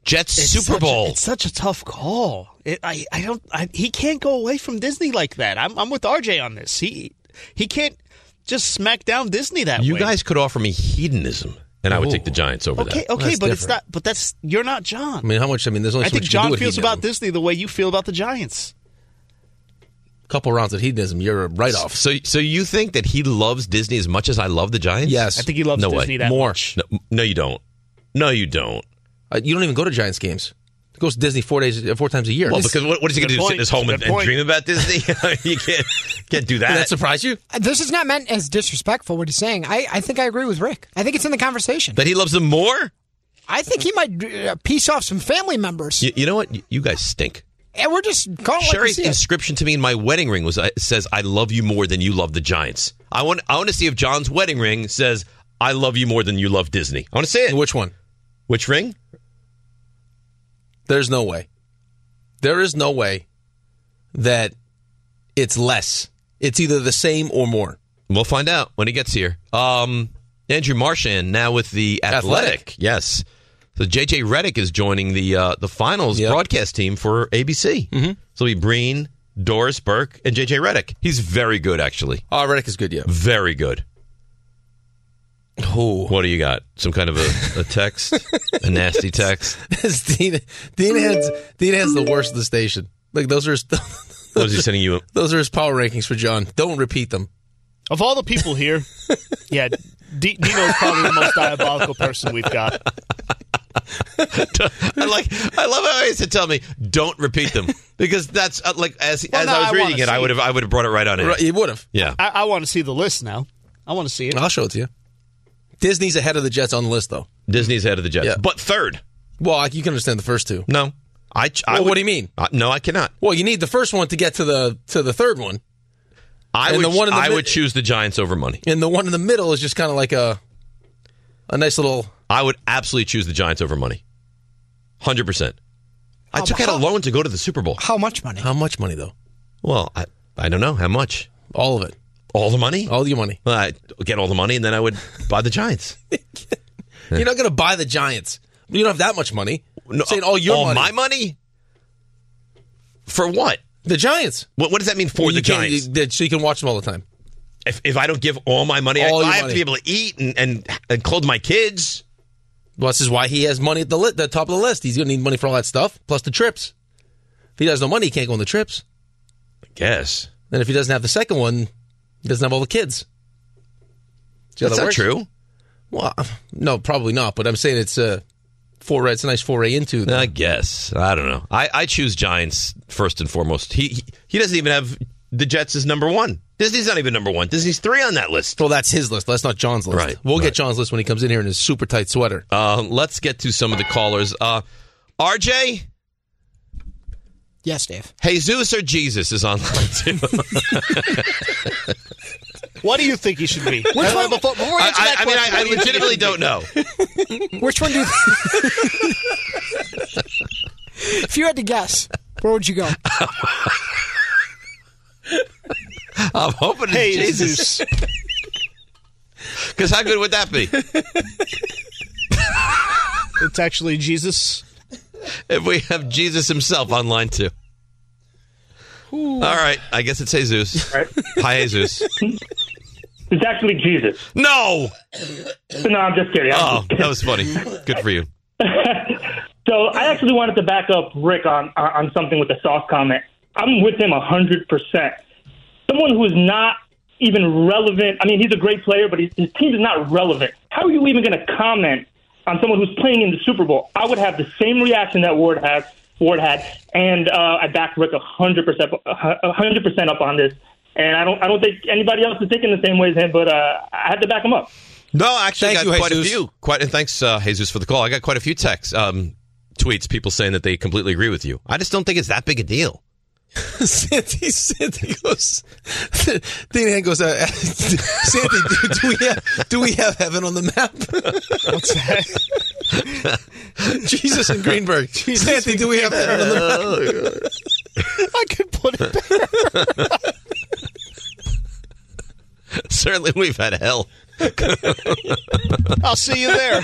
Speaker 6: Jets Super
Speaker 9: such a-
Speaker 6: Bowl.
Speaker 9: it's such a tough call. It, I, I don't. I, he can't go away from Disney like that. I'm, I'm with RJ on this. He, he can't just smack down Disney that
Speaker 6: you
Speaker 9: way.
Speaker 6: guys could offer me hedonism, and I would take the Giants over
Speaker 9: okay,
Speaker 6: that.
Speaker 9: okay, but it's not. But that's you're not John.
Speaker 7: I mean, how much? I mean, Hmm, there's only
Speaker 9: I
Speaker 7: so
Speaker 9: think
Speaker 7: much you can do
Speaker 9: John
Speaker 7: with
Speaker 9: feels
Speaker 7: hedonism.
Speaker 9: about Disney the way you feel about the Giants.
Speaker 7: couple rounds of hedonism, you're a write off.
Speaker 6: So, so you think that he loves Disney as much as I love the Giants?
Speaker 7: Yes. I think he loves
Speaker 6: no
Speaker 7: Disney
Speaker 6: way.
Speaker 7: that
Speaker 6: more.
Speaker 7: much.
Speaker 6: No, no, you don't. No, you don't.
Speaker 7: Uh, you don't even go to Giants games. He goes to Disney four days, uh, four times a year.
Speaker 6: Well, because what, what is he going to do? Sit in his home and, and dream about Disney?
Speaker 7: [LAUGHS]
Speaker 6: [LAUGHS] you can't can't do that.
Speaker 7: Did that surprise you?
Speaker 5: This is not meant as disrespectful, what he's saying. I, I think I agree with Rick. I think it's in the conversation.
Speaker 6: That he loves them more?
Speaker 5: I think he might uh, piece off some family members.
Speaker 6: You, you know what? You, you guys stink.
Speaker 5: And we're just calling it like we
Speaker 6: Sherry's
Speaker 5: see it.
Speaker 6: inscription to me in my wedding ring was uh, says I love you more than you love the Giants. I want I want to see if John's wedding ring says I love you more than you love Disney. I want to see it.
Speaker 7: Which one?
Speaker 6: Which ring?
Speaker 7: There's no way. There is no way that it's less. It's either the same or more.
Speaker 6: We'll find out when he gets here. Um, Andrew Marchand now with the Athletic.
Speaker 7: Athletic.
Speaker 6: Yes. So JJ Reddick is joining the uh, the finals broadcast team for ABC. Mm-hmm. So we Breen, Doris Burke, and JJ Reddick. He's very good, actually.
Speaker 7: Oh, Reddick is good, yeah.
Speaker 6: Very good.
Speaker 7: Oh.
Speaker 6: What do you got? Some kind of a, a text? a nasty
Speaker 7: [LAUGHS]
Speaker 6: text?
Speaker 7: Dean, Dean has Dean has the worst of the station. Like those are his, [LAUGHS]
Speaker 6: What is he sending you?
Speaker 7: those are his power rankings for John. Don't repeat them.
Speaker 9: Of all the people here, yeah, D- Dino's probably the most diabolical person we've got.
Speaker 6: I like. I love how he used to tell me don't
Speaker 7: [LAUGHS]
Speaker 6: repeat them because that's uh, like as
Speaker 9: Well,
Speaker 6: as
Speaker 9: no,
Speaker 6: I was
Speaker 9: I wanna
Speaker 6: reading it, I
Speaker 9: see.
Speaker 6: would have I would have brought it right on in.
Speaker 7: Right, you would have.
Speaker 6: Yeah.
Speaker 9: I, I want to see the list now. I want to see it.
Speaker 7: I'll show it to you. Disney's ahead of the Jets on the list, though.
Speaker 6: Disney's ahead of the Jets, but third.
Speaker 7: Well, I- you can understand the first two.
Speaker 6: No, I. I
Speaker 7: well,
Speaker 6: would-
Speaker 7: what do you mean?
Speaker 6: Uh, no, I cannot.
Speaker 7: Well, you need the first one to get to the to the third one,
Speaker 6: I
Speaker 7: And
Speaker 6: would.
Speaker 7: the one in the
Speaker 6: I
Speaker 7: mid-
Speaker 6: would choose the Giants over money.
Speaker 7: and the one in the middle is just kind of like a a nice little.
Speaker 6: I would absolutely choose the Giants over money. Hundred percent. I
Speaker 5: How
Speaker 6: took out a
Speaker 5: mu-
Speaker 6: loan to go to the Super Bowl.
Speaker 5: How much money?
Speaker 7: How much money though?
Speaker 6: Well, I, I don't know how much.
Speaker 7: All of it.
Speaker 6: All the money.
Speaker 7: All your money.
Speaker 6: Well, I get all the money, and then I would buy the Giants.
Speaker 7: [LAUGHS] You're not going to buy the Giants. You don't have that much money. Saying all your
Speaker 6: all
Speaker 7: money.
Speaker 6: my money for what?
Speaker 7: The Giants.
Speaker 6: What, what does that mean for
Speaker 7: You
Speaker 6: the
Speaker 7: can't-
Speaker 6: Giants?
Speaker 7: you- so you can watch them all the time.
Speaker 6: If, if I don't give all my money, I-
Speaker 7: All
Speaker 6: I,
Speaker 7: your
Speaker 6: have to
Speaker 7: money.
Speaker 6: be able to eat and, and, and clothe my kids.
Speaker 7: Well, this is why he has money at the, li- the top of the list. He's going to need money for all that stuff, plus the trips. If he has no money, he can't go on the trips.
Speaker 6: I guess.
Speaker 7: And if he doesn't have the second one, he doesn't have all the kids. See how
Speaker 6: That's
Speaker 7: that
Speaker 6: not
Speaker 7: works?
Speaker 6: true.
Speaker 7: Well, [LAUGHS] no, probably not. But I'm saying it's a foray. It's a nice foray into. the-
Speaker 6: I guess. I don't know. I, I choose Giants first and foremost. He, he he doesn't even have the Jets is number one. Disney's not even number one. Disney's three on that list.
Speaker 7: Well, that's his list. That's not John's list.
Speaker 6: Right,
Speaker 7: We'll
Speaker 6: right.
Speaker 7: get John's list when he comes in here in his super tight sweater. [LAUGHS]
Speaker 6: Uh, let's get to some of the callers. Uh, RJ,
Speaker 5: Yes, Dave.
Speaker 6: Jesus or Jesus is online too.
Speaker 9: [LAUGHS] What do you think he should be?
Speaker 5: Which one-
Speaker 9: Before,
Speaker 5: before we answer
Speaker 6: I,
Speaker 5: that
Speaker 6: I mean,
Speaker 5: question,
Speaker 6: I,
Speaker 5: what do
Speaker 6: I
Speaker 5: you think
Speaker 6: legitimately
Speaker 5: it should
Speaker 6: don't know.
Speaker 5: [LAUGHS] Which one do you [LAUGHS] if you had to guess, where would you go?
Speaker 6: [LAUGHS] I'm hoping it's
Speaker 5: Hey,
Speaker 6: Jesus. Because how good would that be?
Speaker 9: [LAUGHS] It's actually Jesus.
Speaker 6: If we have Jesus himself online too. All right, I guess it's Jesus. Hi, Jesus.
Speaker 15: It's actually Jesus.
Speaker 6: No.
Speaker 15: No, I'm just kidding.
Speaker 6: Oh, that was funny. Good for you.
Speaker 15: So I actually wanted to back up Rick on on- on something with the sauce comment. I'm with him 100%. Someone who's not even relevant. I mean, he's a great player, but his, his team is not relevant. How are you even going to comment on someone who's playing in the Super Bowl? I would have the same reaction that Ward has. Ward had, and uh, I backed Rick 100% a hundred percent up on this. And I don't I don't think anybody else is thinking the same way as him, but uh, I had to back him up.
Speaker 6: No, actually, I
Speaker 15: Thank
Speaker 6: got
Speaker 15: you,
Speaker 6: quite
Speaker 15: Jesus.
Speaker 6: a few. Quite and thanks, uh, Jesus, for the call. I got quite a few texts, um, tweets, people saying that they completely agree with you. I just don't think it's that big a deal. [LAUGHS]
Speaker 7: Santy, Santy goes. [LAUGHS] Dean Hand goes. Uh, [LAUGHS] Santy, do, do we have do we have heaven on the map? What's that? [LAUGHS] Jesus and Greenberg. Santy, do we have [LAUGHS] heaven on the map?
Speaker 9: I could put it there.
Speaker 6: Certainly, we've had hell.
Speaker 9: I'll see
Speaker 6: [LAUGHS]
Speaker 9: you there.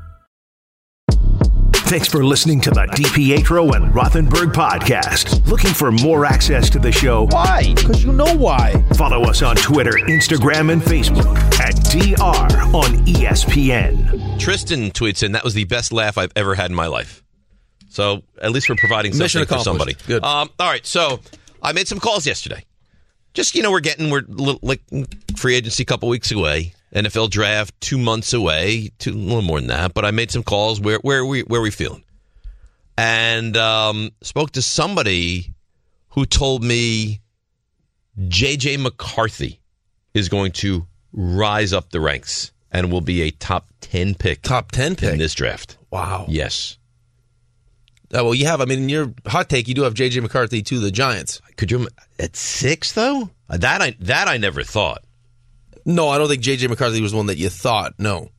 Speaker 2: Thanks for listening to the DPetro and Rothenberg podcast. Looking for more access to the show? Why? Because you know why. Follow us on Twitter, Instagram, and Facebook at DR on E ESPN.
Speaker 6: Tristan tweets in that was the best laugh I've ever had in my life. So at least we're providing something
Speaker 7: Mission
Speaker 6: for
Speaker 7: accomplished.
Speaker 6: somebody.
Speaker 7: Good.
Speaker 6: Um, all right, so I made some calls yesterday. Just you know, we're getting we're li- like free agency a couple weeks away, NFL draft two months away, two, a little more than that. But I made some calls where where we where we feeling, and um, spoke to somebody who told me JJ McCarthy is going to rise up the ranks and will be a top 10 pick.
Speaker 7: Top 10 pick
Speaker 6: in this draft.
Speaker 7: Wow.
Speaker 6: Yes.
Speaker 7: Uh, well, you have. I mean, in your hot take, you do have JJ McCarthy to the Giants.
Speaker 6: Could you at six though? Uh, That I that I never thought.
Speaker 7: No, I don't think JJ McCarthy was one that you thought. No.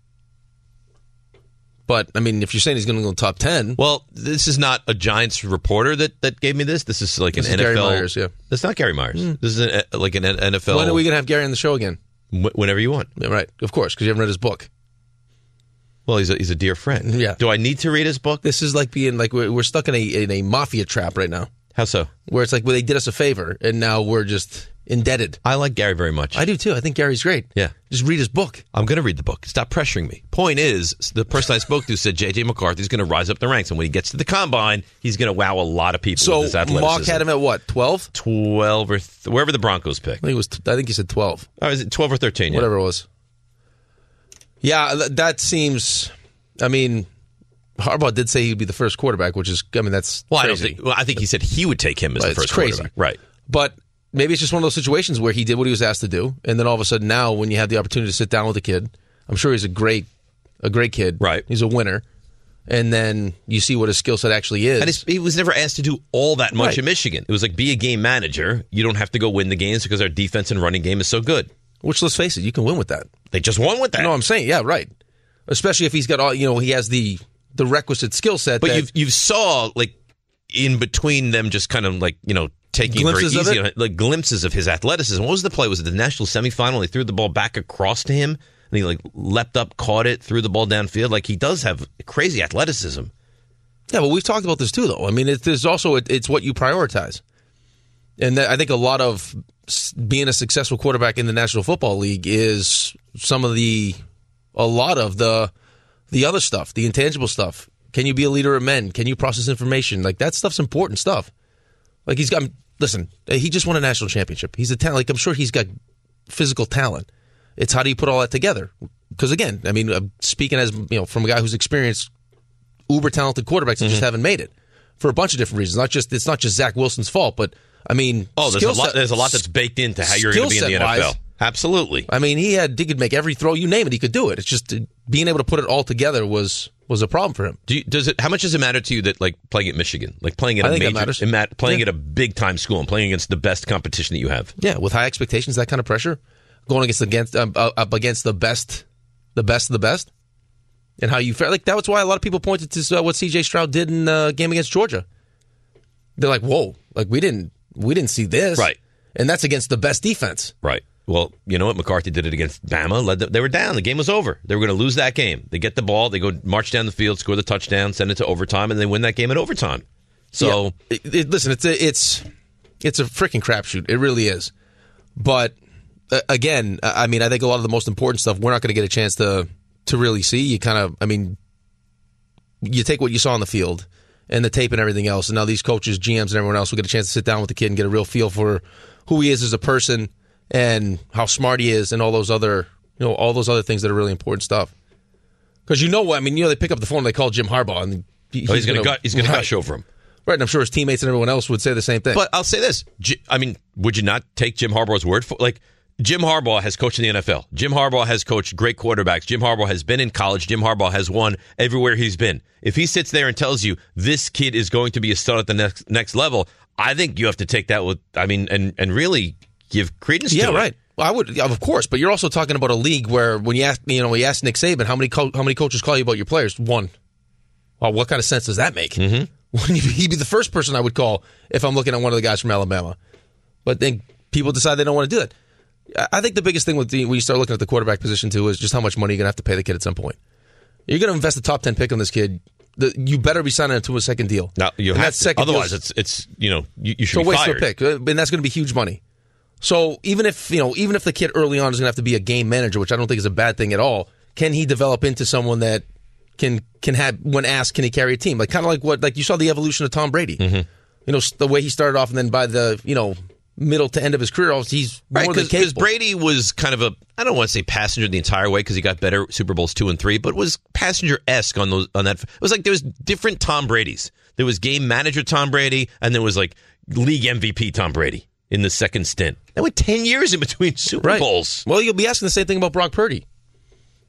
Speaker 7: But I mean, if you're saying he's going to go top ten,
Speaker 6: Well, this is not a Giants reporter that, that gave me this. This is like
Speaker 7: This
Speaker 6: an
Speaker 7: is
Speaker 6: NFL.
Speaker 7: Gary Myers, yeah.
Speaker 6: That's not Gary Myers.
Speaker 7: Mm.
Speaker 6: This is an, uh, like an NFL.
Speaker 7: when are we going to have Gary on the show again?
Speaker 6: Wh- whenever you want.
Speaker 7: Yeah, right, of course, because you haven't read his book.
Speaker 6: Well, he's a, he's a dear friend.
Speaker 7: Yeah.
Speaker 6: Do I need to read his book?
Speaker 7: This is like being like we're, we're stuck in a in a mafia trap right now.
Speaker 6: How so?
Speaker 7: Where it's like well they did us a favor and now we're just indebted.
Speaker 6: I like Gary very much.
Speaker 7: I do too. I think Gary's great.
Speaker 6: Yeah.
Speaker 7: Just read his book.
Speaker 6: I'm going to read the book. Stop pressuring me. Point is, the person I spoke to said J.J. McCarthy's going to rise up the ranks, and when he gets to the combine, he's going to wow a lot of people
Speaker 7: So
Speaker 6: with his
Speaker 7: Mock
Speaker 6: athleticism.
Speaker 7: had him at what twelve?
Speaker 6: Twelve or th- wherever the Broncos pick. I
Speaker 7: think it was. I think he said twelve.
Speaker 6: Oh, is it twelve or thirteen?
Speaker 7: Whatever it was. Yeah, th- that seems. I mean, Harbaugh did say he'd be the first quarterback, which is. I mean, that's
Speaker 6: Well, I don't
Speaker 7: crazy.
Speaker 6: think. Well, I think he said he would take him as
Speaker 7: Right,
Speaker 6: the
Speaker 7: it's
Speaker 6: first
Speaker 7: crazy.
Speaker 6: quarterback. Right.
Speaker 7: But maybe it's just one of those situations where he did what he was asked to do, and then all of a sudden now, when you have the opportunity to sit down with the kid, I'm sure he's a great, a great kid. Right. He's a winner, and then you see what his skill set actually is.
Speaker 6: And it's, he was never asked to do all that much
Speaker 7: Right.
Speaker 6: in Michigan. It was like be a game manager. You don't have to go win the games because our defense and running game is so good.
Speaker 7: Which let's face it, you can win with that.
Speaker 6: They just won with that.
Speaker 7: No, I'm saying, yeah, right. Especially if he's got all, you know, he has the the requisite skill set.
Speaker 6: But
Speaker 7: that-
Speaker 6: you've you've saw like in between them, just kind of like you know taking
Speaker 7: Glimpses
Speaker 6: very
Speaker 7: of
Speaker 6: easy
Speaker 7: it?
Speaker 6: like glimpses of his athleticism. What was the play? Was it the national semifinal? They threw the ball back across to him, and he like leapt up, caught it, threw the ball downfield. Like he does have crazy athleticism.
Speaker 7: Yeah, but we've talked about this too, though. I mean, it, there's also it, it's what you prioritize, and that, I think a lot of s- being a successful quarterback in the National Football League is some of the a lot of the the other stuff, the intangible stuff. Can you be a leader of men? Can you process information? Like that stuff's important stuff. Like he's got. Listen, he just won a national championship. He's a talent. Like I'm sure he's got physical talent. It's how do you put all that together? Because again, I mean, I'm speaking as you know from a guy who's experienced uber talented quarterbacks that
Speaker 6: Mm-hmm.
Speaker 7: just haven't made it for a bunch of different reasons. Not just it's not just Zach Wilson's fault, but I mean,
Speaker 6: Oh, there's a
Speaker 7: skill
Speaker 6: lot.
Speaker 7: set-
Speaker 6: there's a lot that's baked into how you're going to be in the
Speaker 7: skill
Speaker 6: NFL.
Speaker 7: set-wise,
Speaker 6: Absolutely.
Speaker 7: I mean, he had he could make every throw you name it, he could do it. It's just uh, being able to put it all together was was a problem for him.
Speaker 6: Do you, does it? How much does it matter to you that like playing at Michigan, like playing at
Speaker 7: I
Speaker 6: a
Speaker 7: think it
Speaker 6: major,
Speaker 7: matters.
Speaker 6: it mat- playing
Speaker 7: Yeah.
Speaker 6: at a big time school, and playing against the best competition that you have?
Speaker 7: Yeah, with high expectations, that kind of pressure, going against against um, uh, up against the best, the best of the best, and how you fare. Like that was why a lot of people pointed to uh, what C.J. Stroud did in the game against Georgia. They're like, "Whoa! Like we didn't we didn't see this,
Speaker 6: Right.
Speaker 7: And that's against the best defense.
Speaker 6: Right. Well, you know what? McCarthy did it against Bama. Led the, they were down. The game was over. They were going to lose that game. They get the ball. They go march down the field, score the touchdown, send it to overtime, and they win that game at overtime. So
Speaker 7: Yeah. It- it- listen, it's a, it's it's a freaking crapshoot. It really is. But uh, again, I I mean, I think a lot of the most important stuff we're not going to get a chance to to really see. You kind of, I mean, you take what you saw on the field and the tape and everything else, and now these coaches, GMs, and everyone else will get a chance to sit down with the kid and get a real feel for who he is as a person and how smart he is, and all those other you know all those other things that are really important stuff. Because you know what I mean, you know they pick up the phone, and they call Jim Harbaugh, and he-
Speaker 6: Oh, he's gonna gut- he's gonna
Speaker 7: Right.
Speaker 6: gush over him.
Speaker 7: right? And I'm sure his teammates and everyone else would say the same thing.
Speaker 6: But I'll say this: J- I mean, would you not take Jim Harbaugh's word for like? Jim Harbaugh has coached in the NFL. Jim Harbaugh has coached great quarterbacks. Jim Harbaugh has been in college. Jim Harbaugh has won everywhere he's been. If he sits there and tells you this kid is going to be a stud at the next next level, I think you have to take that with I mean and and really give credence
Speaker 7: yeah,
Speaker 6: to it.
Speaker 7: right. Well, I would, of course, but you're also talking about a league where when you ask, you know, we asked Nick Saban how many co- how many coaches call you about your players. One. Wow, what kind of sense does that make? Mm-hmm. [LAUGHS] Wouldn't he be the first person I would call if I'm looking at one of the guys from Alabama? But then people decide they don't want to do that. I- I think the biggest thing with the, when you start looking at the quarterback position too is just how much money you're going to have to pay the kid at some point. You're going to invest a top ten pick on this kid. The, you better be signing him to a second deal. No,
Speaker 6: You
Speaker 7: and
Speaker 6: have
Speaker 7: that
Speaker 6: to.
Speaker 7: second deal
Speaker 6: Otherwise,
Speaker 7: is-
Speaker 6: it's it's you know you, you should
Speaker 7: so
Speaker 6: be
Speaker 7: waste
Speaker 6: fired.
Speaker 7: their pick, uh, and that's going to be huge money. So even if you know, even if the kid early on is going to have to be a game manager, which I don't think is a bad thing at all, can he develop into someone that can can have when asked can he carry a team? Like kind of like what like you saw the evolution of Tom Brady.
Speaker 6: Mm-hmm.
Speaker 7: You know s- the way he started off, and then by the you know middle to end of his career, he's
Speaker 6: Right,
Speaker 7: more than
Speaker 6: because
Speaker 7: capable.
Speaker 6: Brady was kind of a I don't want to say passenger the entire way because he got better Super Bowls two and three, but was passenger esque on those on that. It was like there was different Tom Brady's. There was game manager Tom Brady, and there was like league MVP Tom Brady in the second stint. That went ten years in between [LAUGHS] Super Bowls.
Speaker 7: Well, you'll be asking the same thing about Brock Purdy.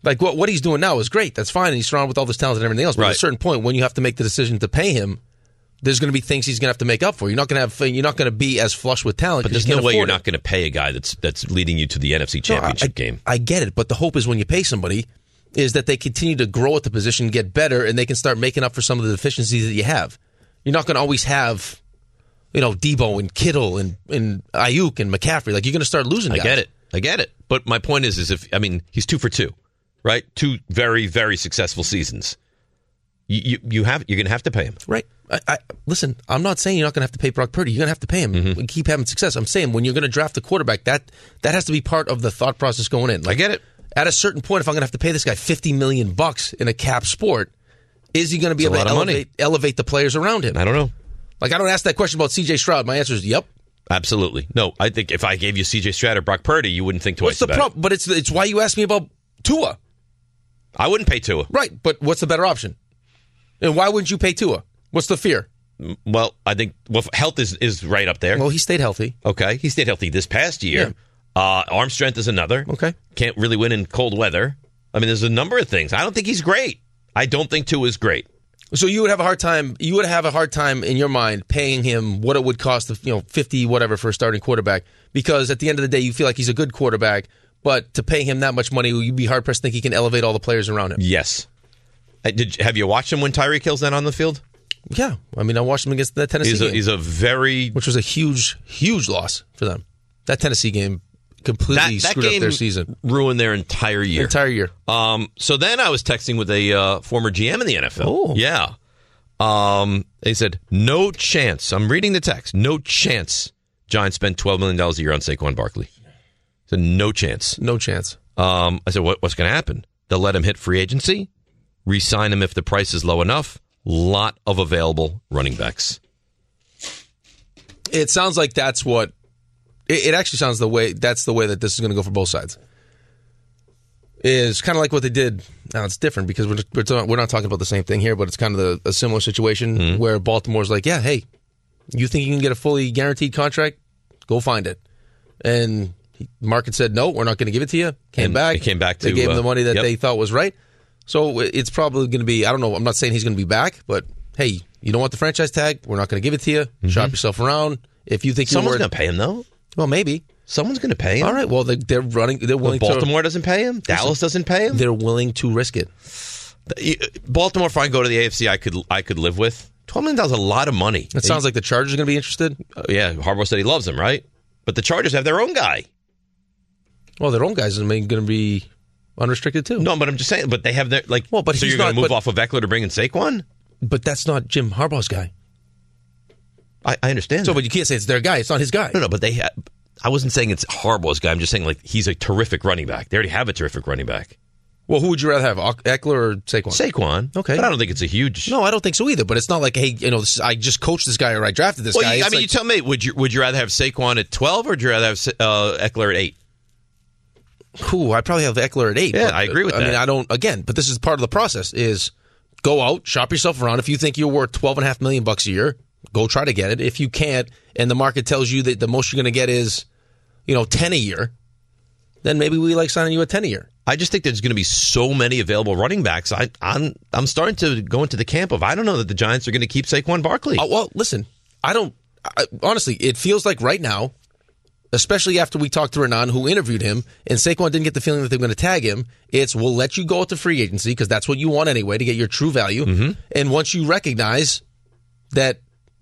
Speaker 7: Like what what he's doing now is great. That's fine, and he's surrounded with all this talent and everything else. But at a
Speaker 6: Right.
Speaker 7: certain point, when you have to make the decision to pay him, there's going to be things he's going to have to make up for. You're not going to have you're not going to be as flush with talent.
Speaker 6: But
Speaker 7: 'cause
Speaker 6: there's
Speaker 7: you
Speaker 6: no
Speaker 7: can't
Speaker 6: way you're
Speaker 7: afford it.
Speaker 6: not going to pay a guy that's that's leading you to the NFC
Speaker 7: No, I-
Speaker 6: Championship
Speaker 7: I,
Speaker 6: game.
Speaker 7: I get it, but the hope is when you pay somebody, is that they continue to grow at the position, get better, and they can start making up for some of the deficiencies that you have. You're not going to always have, you know, Debo and Kittle and and Ayuk and McCaffrey. Like you're going to start losing.
Speaker 6: I
Speaker 7: guys.
Speaker 6: get it. I get it. But my point is, is if I mean he's two for two, right? Two very very successful seasons. You you, you have you're going to have to pay him.
Speaker 7: Right. I, I, listen, I'm not saying you're not going to have to pay Brock Purdy. You're going to have to pay him
Speaker 6: Mm-hmm.
Speaker 7: and keep having success. I'm saying when you're going to draft a quarterback, that that has to be part of the thought process going in. Like, I get it. At a certain point, if I'm going to have to pay this guy 50 million bucks in a cap sport, is he going to be
Speaker 6: It's a
Speaker 7: able to
Speaker 6: lot of money.
Speaker 7: elevate, elevate the players around him? I
Speaker 6: don't know.
Speaker 7: Like, I don't ask that question about C.J. Stroud. My answer is yep.
Speaker 6: Absolutely. No, I think if I gave you C.J. Stroud or Brock Purdy, you wouldn't think twice
Speaker 7: What's the
Speaker 6: about
Speaker 7: problem? But it's it's why you asked me about Tua.
Speaker 6: I wouldn't pay Tua.
Speaker 7: Right, but what's the better option? And why wouldn't you pay Tua? What's the fear?
Speaker 6: it. Well, I think well health is is right up there. Well,
Speaker 7: he stayed healthy.
Speaker 6: Okay, he stayed healthy this past year. Uh, arm strength is another.
Speaker 7: Okay,
Speaker 6: can't really win in cold weather. I mean, there's a number of things. I don't think he's great. I don't think Tua is great.
Speaker 7: So you would have a hard time. You would have a hard time in your mind paying him what it would cost, you know, fifty whatever for a starting quarterback. Because at the end of the day, you feel like he's a good quarterback, but to pay him that much money, you'd be hard pressed to think he can elevate all the players around him.
Speaker 6: Yes. Uh, Did have you watched him when Tyreek Hill's not on the field?
Speaker 7: Yeah, I mean, I watched him against the Tennessee.
Speaker 6: He's a,
Speaker 7: game,
Speaker 6: he's a very
Speaker 7: which was a huge, huge loss for them. That Tennessee game completely screwed up their season.
Speaker 6: Ruined their entire year.
Speaker 7: Entire year. Oh.
Speaker 6: Um, so then I was texting with a uh, former GM in the NFL. Yeah. Um, they said, no chance. I'm reading the text. No chance. Giants spend $12 million a year on Saquon Barkley. So no chance.
Speaker 7: No chance.
Speaker 6: Um, I said, what, what's going to happen? They'll let him hit free agency, re sign him if the price is low enough. Lot of available running backs.
Speaker 7: It sounds like that's what. It, it actually sounds the way that's the way that this is going to go for both sides. Is kind of like what they did. Now it's different because we're we're, talking, we're not talking about the same thing here, but it's kind of the, a similar situation
Speaker 6: Mm-hmm.
Speaker 7: where Baltimore's like, yeah, hey, you think you can get a fully guaranteed contract? Go find it. And he- the market said, no, we're not going to give it to you. Came
Speaker 6: And
Speaker 7: back.
Speaker 6: it came back
Speaker 7: They
Speaker 6: to,
Speaker 7: gave him the
Speaker 6: uh,
Speaker 7: money that
Speaker 6: yep.
Speaker 7: they thought was right. So it's probably going to be, I don't know, I'm not saying he's going to be back, but hey, you don't want the franchise tag? We're not going to give it to you. Shop yourself around. If you think
Speaker 6: Mm-hmm. Someone's
Speaker 7: you
Speaker 6: going to pay him, though.
Speaker 7: Well, maybe.
Speaker 6: Someone's going to pay him.
Speaker 7: All right. Well, they, they're running. They're willing to-
Speaker 6: Baltimore doesn't pay him. Dallas doesn't pay him.
Speaker 7: They're willing to risk it.
Speaker 6: Baltimore, if I go to the AFC, I could I could live with twelve million dollars. is A lot of money.
Speaker 7: It sounds like the Chargers are going to be interested.
Speaker 6: Uh, yeah, Harbaugh said he loves him, right? But the Chargers have their own guy.
Speaker 7: Well, their own guys are going to be unrestricted too.
Speaker 6: No, but I'm just saying. But they have their like. Well,
Speaker 7: but
Speaker 6: so
Speaker 7: he's
Speaker 6: you're going
Speaker 7: not-
Speaker 6: to move
Speaker 7: but-
Speaker 6: off of Eckler to bring in Saquon?
Speaker 7: But that's not Jim Harbaugh's guy.
Speaker 6: I, I understand.
Speaker 7: So, but you can't say it's their guy. It's not his guy.
Speaker 6: No, no. But they. Ha- I wasn't saying it's Harbaugh's guy. I'm just saying like he's a terrific running back. They already have a terrific running back.
Speaker 7: Well, who would you rather have, Ock- Eckler or Saquon?
Speaker 6: Saquon.
Speaker 7: Okay.
Speaker 6: But I don't think it's a huge.
Speaker 7: No, I don't think so either. But it's not like, hey, you know, this, I just coached this guy or I drafted this
Speaker 6: well,
Speaker 7: guy.
Speaker 6: you- I
Speaker 7: It's
Speaker 6: mean,
Speaker 7: like-
Speaker 6: you tell me. Would you would you rather have Saquon at twelve or would you rather have Sa- uh, Eckler at eight?
Speaker 7: Ooh, I probably have Eckler at eight.
Speaker 6: Yeah,
Speaker 7: but,
Speaker 6: I agree with
Speaker 7: I mean,
Speaker 6: that.
Speaker 7: I don't. Again, but this is part of the process: is go out, shop yourself around. If you think you're worth twelve and a half million bucks a year, go try to get it. If you can't, and the market tells you that the most you're going to get is, you know, ten a year, then maybe we like signing you a ten a year.
Speaker 6: I just think there's going to be so many available running backs. I, I'm I'm starting to go into the camp of I don't know that the Giants are going to keep Saquon Barkley.
Speaker 7: Uh, well, listen, I don't. I, honestly, it feels like right now, especially after we talked to Renan, who interviewed him, and Saquon didn't get the feeling that they were going to tag him. It's we'll let you go at the free agency because that's what you want anyway to get your true value.
Speaker 6: Mm-hmm.
Speaker 7: And once you recognize that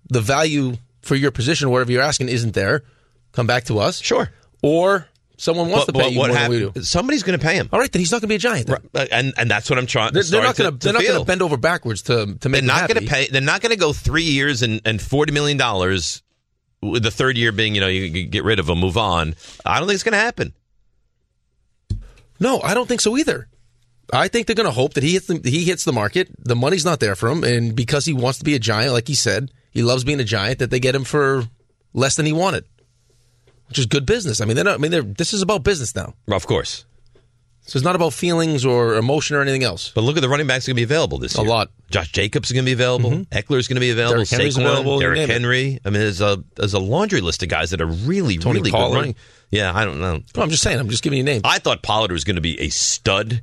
Speaker 7: the value for your position, whatever you're asking, isn't there, come back to us. Sure. Or someone wants
Speaker 6: But-
Speaker 7: to pay
Speaker 6: but
Speaker 7: you
Speaker 6: what
Speaker 7: more than we
Speaker 6: hap-
Speaker 7: do.
Speaker 6: Somebody's going to pay him.
Speaker 7: All right, then he's not going to be a giant. then.
Speaker 6: Uh, and and that's what I'm trying.
Speaker 7: They're, they're not going to.
Speaker 6: starting to- to
Speaker 7: They're not going
Speaker 6: feel.
Speaker 7: to bend over backwards to to make.
Speaker 6: They're not
Speaker 7: going
Speaker 6: going to pay. They're not going to go three years and, and forty million dollars. With the third year being, you know, you, you get rid of him, move on. I don't think it's going to happen.
Speaker 7: No, I don't think so either. I think they're going to hope that he hits the, he hits the market. The money's not there for him, and because he wants to be a giant, like he said, he loves being a giant. That they get him for less than he wanted, which is good business. I mean, they're not, I mean, they're, this is about business now.
Speaker 6: Of course.
Speaker 7: So it's not about feelings or emotion or anything else.
Speaker 6: But look at the running backs going to be available this year. A lot. Josh Jacobs is going to be available. Eckler's going to be available.
Speaker 7: Mm-hmm. Derrick Henry's
Speaker 6: Saquon,
Speaker 7: available, you
Speaker 6: Derrick
Speaker 7: name it.
Speaker 6: Henry. I mean, there's a there's a laundry list of guys that are really
Speaker 7: Tony
Speaker 6: really
Speaker 7: Pollard.
Speaker 6: good running. Yeah, I don't know.
Speaker 7: No, I'm just saying. I'm just giving you names.
Speaker 6: I thought Pollard was going to be a stud.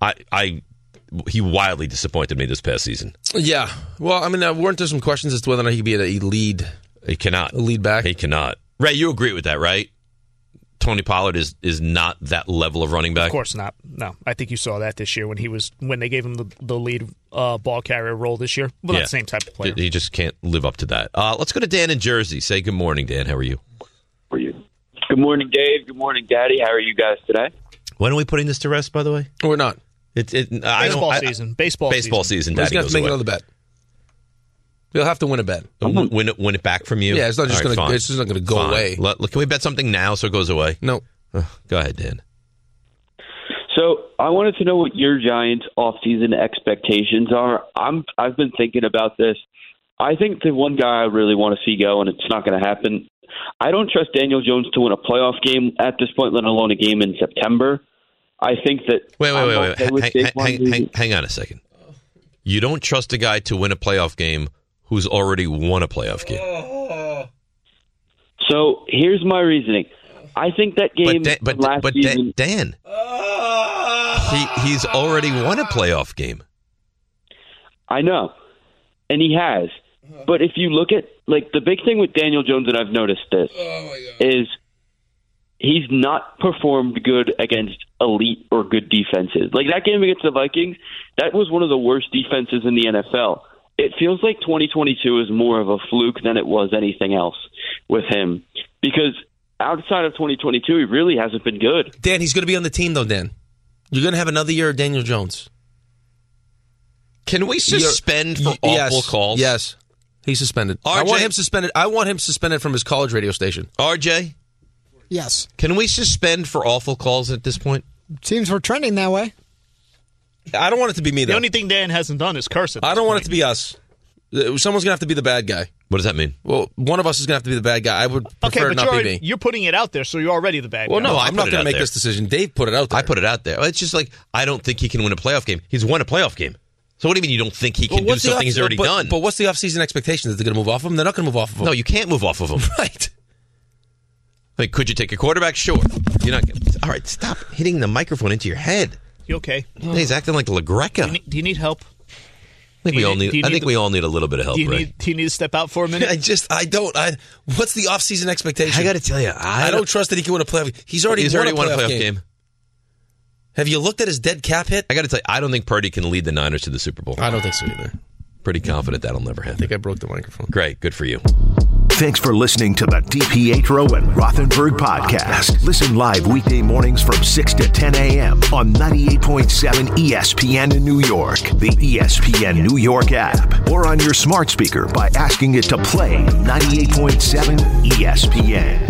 Speaker 6: I I he wildly disappointed me this past season.
Speaker 7: Yeah. Well, I mean, uh, weren't there some questions as to whether or not he could be a, a lead?
Speaker 6: He cannot
Speaker 7: a lead back.
Speaker 6: He cannot. Ray, you agree with that, right? Tony Pollard is is not that level of running back.
Speaker 9: Of course not. No, I think you saw that this year when he was when they gave him the, the lead uh, ball carrier role this year. Well,
Speaker 6: Yeah.
Speaker 9: not the same type of player.
Speaker 6: He just can't live up to that. Uh, let's go to Dan in Jersey. Say good morning, Dan. How are you?
Speaker 16: Good morning, Dave. Good morning, Daddy. How are you guys today?
Speaker 6: When are we putting this to rest? By the way,
Speaker 7: we're not.
Speaker 6: It's it, I don't,
Speaker 9: Baseball
Speaker 6: I-
Speaker 9: season. Baseball.
Speaker 6: baseball season.
Speaker 7: We're
Speaker 6: Daddy
Speaker 7: just gonna have
Speaker 6: goes
Speaker 7: to make
Speaker 6: away. Uh,
Speaker 7: another bet. We'll have to win a bet.
Speaker 6: W- Win it, win it back from you.
Speaker 7: Yeah, it's not just
Speaker 6: All right,
Speaker 7: gonna-
Speaker 6: fine.
Speaker 7: it's just not gonna go
Speaker 6: Fine.
Speaker 7: away.
Speaker 6: Let- let- can we bet something now so it goes away?
Speaker 7: No.
Speaker 6: go ahead, Dan.
Speaker 16: So I wanted to know what your Giants offseason expectations are. I'm I've been thinking about this. I think the one guy I really want to see go, and it's not going to happen. I don't trust Daniel Jones to win a playoff game at this point, let alone a game in September. I think that
Speaker 6: Wait, wait,
Speaker 16: I'm
Speaker 6: wait, wait.
Speaker 16: okay with
Speaker 6: Hang-
Speaker 16: Saquon
Speaker 6: hang, hang,
Speaker 16: losing.
Speaker 6: hang, hang on a second. You don't trust a guy to win a playoff game who's already won a playoff game.
Speaker 16: So here's my reasoning. I think that game
Speaker 6: Dan- but
Speaker 16: from last
Speaker 6: but Dan-
Speaker 16: season.
Speaker 6: Dan, he he's already won a playoff game.
Speaker 16: I know, and he has. But if you look at like the big thing with Daniel Jones, and I've noticed this is he's not performed good against elite or good defenses. Like that game against the Vikings, that was one of the worst defenses in the NFL. It feels like 2022 is more of a fluke than it was anything else with him because outside of 2022, he really hasn't been good.
Speaker 7: Dan, he's going to be on the team though. Dan, you're going to have another year of Daniel Jones.
Speaker 6: Can we suspend for awful calls?
Speaker 7: Yes. He's suspended. I
Speaker 6: RJ?
Speaker 7: want him suspended. I want him suspended from his college radio station.
Speaker 6: RJ,
Speaker 5: Yes.
Speaker 6: can we suspend for awful calls at this point?
Speaker 5: Seems we're trending that way.
Speaker 7: I don't want it to be me,
Speaker 9: The
Speaker 7: though.
Speaker 9: only thing Dan hasn't done is curse it.
Speaker 7: I don't want it to be us. Uh, Someone's going to have to be the bad guy.
Speaker 6: What does that mean?
Speaker 7: Well, one of us is going to have to be the bad guy. I would
Speaker 9: Okay,
Speaker 7: prefer it
Speaker 9: but
Speaker 7: not
Speaker 9: you're,
Speaker 7: be
Speaker 9: already,
Speaker 7: me.
Speaker 9: you're putting it out there, so you're already the bad
Speaker 7: Well,
Speaker 9: guy.
Speaker 7: no, I'm not going to make this decision. Dave put it out there.
Speaker 6: I put it out there. It's just like I don't think he can win a playoff game. He's won a playoff game. So what do you mean you don't think he
Speaker 7: But
Speaker 6: can do
Speaker 7: what's the
Speaker 6: something
Speaker 7: off-
Speaker 6: he's already
Speaker 7: but-
Speaker 6: done?
Speaker 7: But what's the offseason expectation? That they're going to move off of him? They're not going to move off of him.
Speaker 6: No, you can't move off of him.
Speaker 7: [LAUGHS] Right.
Speaker 6: I mean, could you take a quarterback? Sure. You're not. All right, stop hitting the microphone into your head.
Speaker 9: You okay?
Speaker 6: He's acting like LaGreca.
Speaker 9: Do you, need, do you need help?
Speaker 6: I think
Speaker 9: Do
Speaker 6: we
Speaker 9: you
Speaker 6: all
Speaker 9: need-
Speaker 6: need.
Speaker 9: do you
Speaker 6: I
Speaker 9: need
Speaker 6: think
Speaker 9: the-
Speaker 6: we all need a little bit of help,
Speaker 9: do, you
Speaker 6: right?
Speaker 9: need, do you need to step out for a minute?
Speaker 7: [LAUGHS] I just, I don't. I what's the offseason expectation?
Speaker 6: I got to tell you, I,
Speaker 7: I don't trust that he can win a playoff. He's already
Speaker 6: he's
Speaker 7: won
Speaker 6: already
Speaker 7: a
Speaker 6: won
Speaker 7: playoff,
Speaker 6: a playoff
Speaker 7: game.
Speaker 6: game.
Speaker 7: Have you looked at his dead cap hit?
Speaker 6: I got to tell you, I don't think Purdy can lead the Niners to the Super Bowl. I
Speaker 7: don't think so either.
Speaker 6: Pretty confident that'll never happen. I think
Speaker 7: I broke the microphone.
Speaker 6: Great, good for you.
Speaker 2: Thanks for listening to the DPetro and Rothenberg podcast. Listen live weekday mornings from 6 to 10 a.m. on 98.7 ESPN in New York, the E ESPN New York app, E or on your smart speaker by asking it to play 98.7 ESPN.